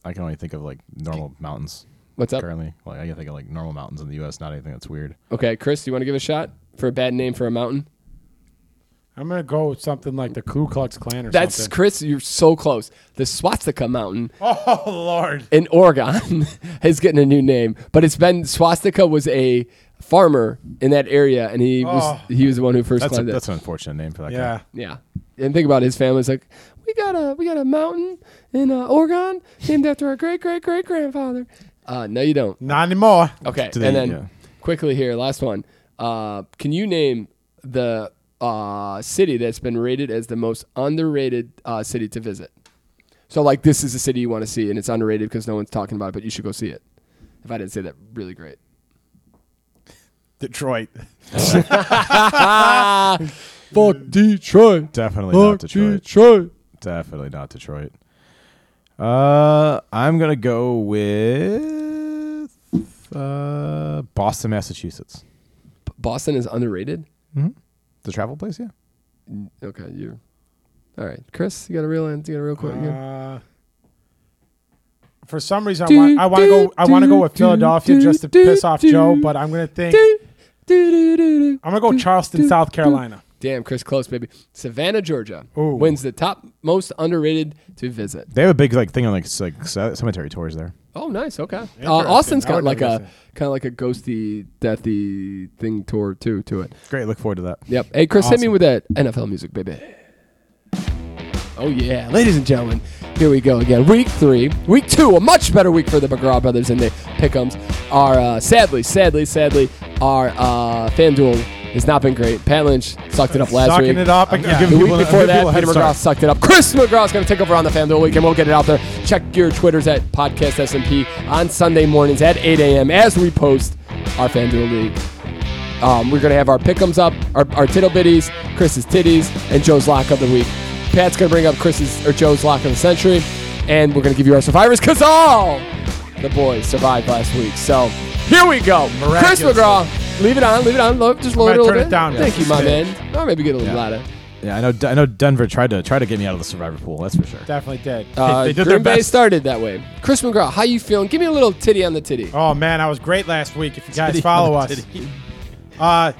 B: I can only think of like normal mountains.
C: What's up?
B: Currently, like I can think of like normal mountains in the U.S. Not anything that's weird.
C: Okay, Chris, do you want to give a shot for a bad name for a mountain?
A: I'm gonna go with something like the Ku Klux Klan or
C: That's
A: something.
C: Chris. You're so close. The Swastika Mountain
A: Oh Lord.
C: in Oregon [laughs] is getting a new name, but it's been Swastika was a farmer in that area, and he was
A: Oh.
C: he was the one who first
B: That's a,
C: climbed it.
B: that's an unfortunate name for that.
A: Yeah.
B: guy.
C: Yeah, and think about his family. It's like we got a we got a mountain in uh, Oregon named after our great great great grandfather. Uh, no, you don't.
A: Not anymore.
C: Okay,
B: Do they-
C: and then
B: yeah.
C: quickly here, last one. Uh, can you name the uh, city that's been rated as the most underrated uh, city to visit? So, like, this is a city you want to see, and it's underrated because no one's talking about it, but you should go see it. If I didn't say that, really great.
A: Detroit.
C: Fuck Detroit.
B: Mm. Definitely not Detroit. Definitely not Detroit. Uh, I'm gonna go with uh Boston, Massachusetts.
C: Boston is underrated.
B: The travel place, yeah.
C: Okay, you're all right, Chris. You got a real end. You got a real quick. yeah.
A: Uh, for some reason, I want I want to go I want to go with Philadelphia just to piss off Joe, but I'm gonna think
C: Do, do, do, do, do.
A: I'm gonna go Charleston, South Carolina.
C: Damn, Chris, close, baby. Savannah, Georgia
A: Ooh.
C: wins the top most underrated to visit.
B: They have a big like thing on like c- like c- cemetery tours there.
C: Oh, nice. Okay. Uh,
A: Interesting.
C: Austin's
A: I
C: got
A: would
C: like
A: never
C: a kind of like a ghosty, deathy thing tour too to it.
B: Great, look forward to that.
C: Yep. Hey, Chris, hit me with that NFL music, baby. Oh yeah, ladies and gentlemen, here we go again. Week three, week two, a much better week for the McGraw brothers and the Pickums. Our uh, sadly, sadly, sadly, our uh, FanDuel has not been great. Pat Lynch sucked it up last
A: Sucking
C: week.
A: it up again.
B: giving
C: The
B: people-
C: week before
B: give people
C: that,
B: a head
C: Peter McGraw
B: start.
C: sucked it up. Chris McGraw's going to take over on the FanDuel Weekend. We'll get it out there. Check your Twitters at Podcast SMP on Sunday mornings at 8 a.m. as we post our FanDuel League. Um, we're going to have our pick'ems up, our, our tittle bitties, Chris's titties, and Joe's lock of the week. Pat's going to bring up Chris's or Joe's lock of the century, and we're going to give you our survivors because all the boys survived last week. So here we go. Chris
A: Miraculously.
C: McGraw, leave it on, leave it on, look, just lower it
A: Might
C: a little
A: turn it
C: bit.
A: down.
C: Thank you, my
A: Yeah.
C: man. Or maybe get a little louder.
B: Yeah, I know. I know. Denver tried to try to get me out of the survivor pool. That's for sure.
A: Definitely did.
C: Uh,
A: they did their
C: Green Bay
A: best.
C: started that way. Chris McGraw, how you feeling? Give me a little titty on the titty.
A: Oh man, I was great last week. If you guys follow
B: [laughs]
A: us, uh,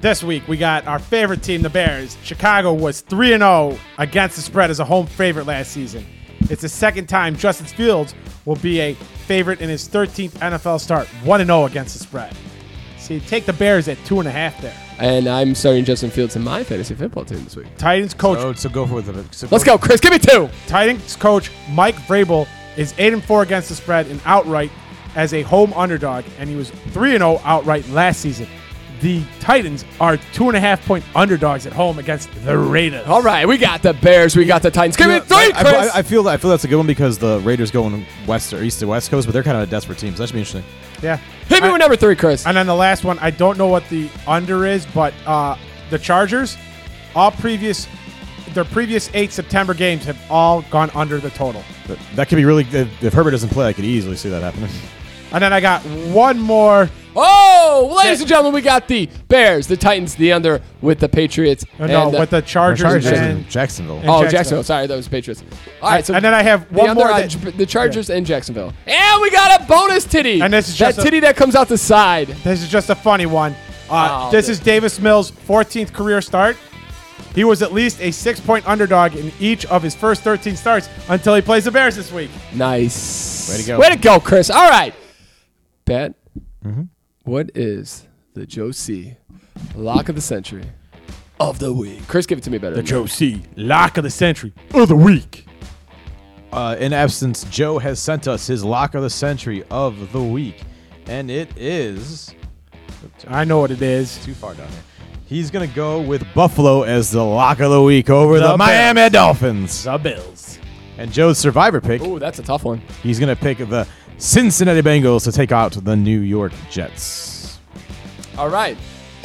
A: this week we got our favorite team, the Bears. Chicago was three and zero against the spread as a home favorite last season. It's the second time Justin Fields will be a favorite in his 13th NFL start, one and zero against the spread. See, take the Bears at two and a half there.
C: And I'm starting Justin Fields in my fantasy football team this week.
A: Titans coach
B: Oh, so go for the. So
C: Let's go, Chris. Give me two.
A: Titans coach Mike Vrabel is eight and four against the spread and outright as a home underdog, and he was three and zero outright last season. The Titans are two and a half point underdogs at home against the Raiders.
C: All right, we got the Bears. We got the Titans. Give me three,
B: I, I-
C: Chris.
B: I feel I feel that's a good one because the Raiders going west or east to west coast, but they're kind of a desperate team. So that should be interesting.
A: Yeah.
C: Hit me
A: I-
C: with number three, Chris.
A: and then the last one, I don't know what the under is, but uh, the Chargers, all previous, their previous eight September games have all gone under the total.
B: But that could be really. If, if Herbert doesn't play, I could easily see that happening.
A: And then I got one more
C: Oh, ladies and gentlemen, we got the Bears, the Titans, the under with the Patriots.
A: uh, no,
C: and, uh,
A: with the [laughs] Chargers,
B: Chargers
A: and
B: in Jacksonville.
A: and
C: Oh,
A: Jacksonville.
C: Jacksonville. Sorry, that was Patriots. All right, so
A: and then I have one
C: the
A: more
C: on
A: that-
C: J- the Chargers and Jacksonville, and we got a bonus titty.
A: And this is
C: that
A: just a-
C: titty that comes out the side.
A: This is just a funny one. Uh,
C: Oh,
A: this
C: dude.
A: is Davis Mills' 14th career start. He was at least a six point underdog in each of his first 13 starts until he plays the Bears this week.
C: Nice.
B: Way to go.
C: Way to go, Chris. All right. Bet.
B: Mm-hmm.
C: what is the Joe C. Lock of the century of the week? Chris, give it to me better. than that.
A: C. Lock of the century of the week.
B: Uh, in absence, Joe has sent us his lock of the century of the week, and it is
A: I know what it is.
B: too far down here. He's gonna go with Buffalo as the lock of the week over the, Miami Dolphins.
A: The Bills.
B: And Joe's survivor pick,
C: Ooh, that's a tough one.
B: he's gonna pick the Cincinnati Bengals to take out the New York Jets.
C: All right.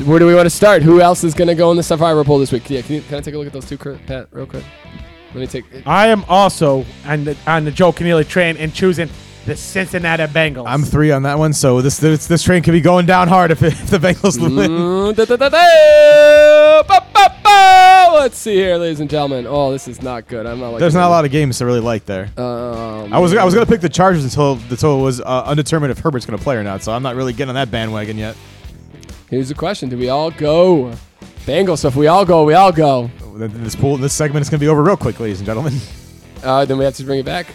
C: Where do we want to start? Who else is going to go in the survivor poll this week? Yeah, can, you, can I take a look at those two, Kurt- Pat, real quick? Let me take.
B: Uh-huh.
A: I am also on the, on the Joe Keneally train and choosing the Cincinnati Bengals.
B: I'm three on that one, so this this, this train could be going down hard if, [laughs] if the Bengals win.
C: Mm, da, da, da, da. Ba, ba, ba. Let's see here, ladies and gentlemen. Oh, this is not good. I'm not like.
B: There's not a lot of games to really like there.
C: Um,
B: I was I was gonna pick the Chargers until until it was uh, undetermined if Herbert's gonna play or not. So I'm not really getting on that bandwagon yet.
C: Here's the question: Do we all go Bengals? So if we all go, we all go.
B: This pool this segment is gonna be over real quick, ladies and gentlemen.
C: Uh, then we have to bring it back.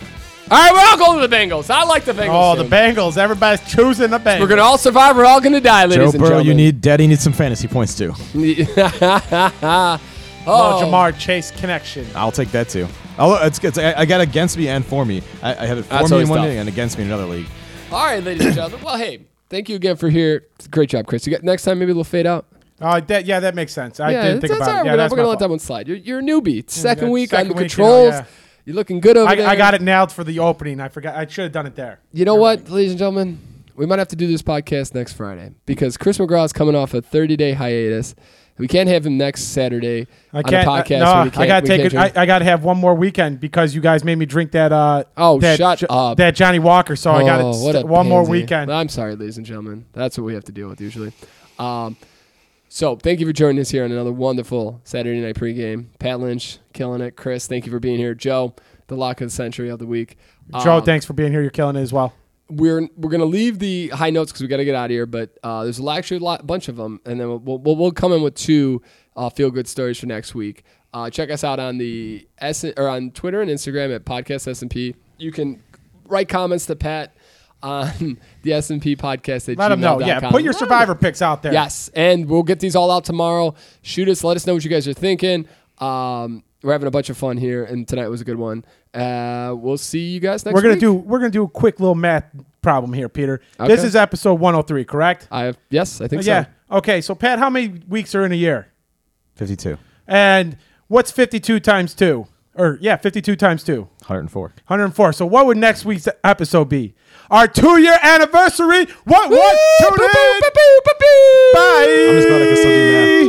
C: All right, we're all going to the Bengals. I like the Bengals.
A: oh, the
C: team.
A: Bengals. Everybody's choosing the Bengals.
C: We're gonna all survive. We're all gonna die,
B: Joe
C: ladies and
B: Burrow,
C: gentlemen.
B: you need daddy needs some fantasy points too.
C: [laughs] oh,
A: Oh, Jamar Chase connection.
B: I'll take that too. I'll, it's, it's, I, I got against me and for me. I, I have it for
C: That's
B: me in
C: always
B: one
C: tough.
B: league and against me in another league.
C: All right, ladies and gentlemen. Well, hey, thank you again for here. Great job, Chris. You got next time. Maybe we'll fade out.
A: Uh, that, yeah, that makes sense. I didn't think about
C: that's all
A: it.
C: right.
A: Yeah,
C: we're,
A: that's
C: not- we're gonna
A: my
C: let that
A: fault.
C: one slide. You're, you're a newbie. It's second
A: good.
C: week
A: Second
C: on the
A: week, you know,
C: controls.
A: yeah.
C: You're looking good over there.
A: I, I got it nailed for the opening. I forgot. I should have done it there.
C: You know what, ladies and gentlemen, we might have to do this podcast next Friday because Chris McGraw is coming off a 30 day hiatus. We can't have him next Saturday
A: I
C: on a
A: can't.
C: podcast.
A: no,
C: where we can't,
A: I gotta
C: we
A: take
C: can't
A: it.
C: drink.
A: I, I gotta have one more weekend because you guys made me drink that. Uh,
C: Oh,
A: that,
C: shut
A: Jo-
C: up.
A: That Johnny Walker. So I got
C: Oh, what a
A: it. One more
C: pansy.
A: weekend.
C: I'm sorry, ladies and gentlemen. That's what we have to deal with usually. Um, so thank you for joining us here on another wonderful Saturday night pregame. Pat Lynch killing it. Chris, thank you for being here. Joe, the lock of the century of the week.
A: Joe,
C: Um,
A: thanks for being here. You're killing it as well.
C: we're we're gonna leave the high notes because we got to get out of here. But uh, there's a lot, actually a lot, bunch of them, and then we'll we'll, we'll come in with two uh, feel good stories for next week. Uh, check us out on the S or on Twitter and Instagram at podcast S and P. You can write comments to Pat on [laughs] the S and P podcast at
A: Let them know.
C: gmail.com.
A: Yeah, put your survivor picks out there.
C: Yes, and we'll get these all out tomorrow. Shoot us. Let us know what you guys are thinking. Um, we're having a bunch of fun here, and tonight was a good one. Uh, we'll see you guys next.
A: we're gonna
C: week.
A: do. We're gonna do a quick little math problem here, Peter. This
C: Okay.
A: is episode 103, correct?
C: I have, yes, I think so.
A: Oh, yeah. Okay. So Pat, how many weeks are in a year?
B: Fifty-two,
A: And what's 52 times two? Or yeah, 52 times two.
B: hundred and four.
A: 104. So what would next week's episode be? Our two-year anniversary. What? What?
C: Woo!
A: Tune
C: Boo, boo,
A: in.
C: boo, boo, boo, boo.
A: Bye.
B: I'm just glad I can still do math.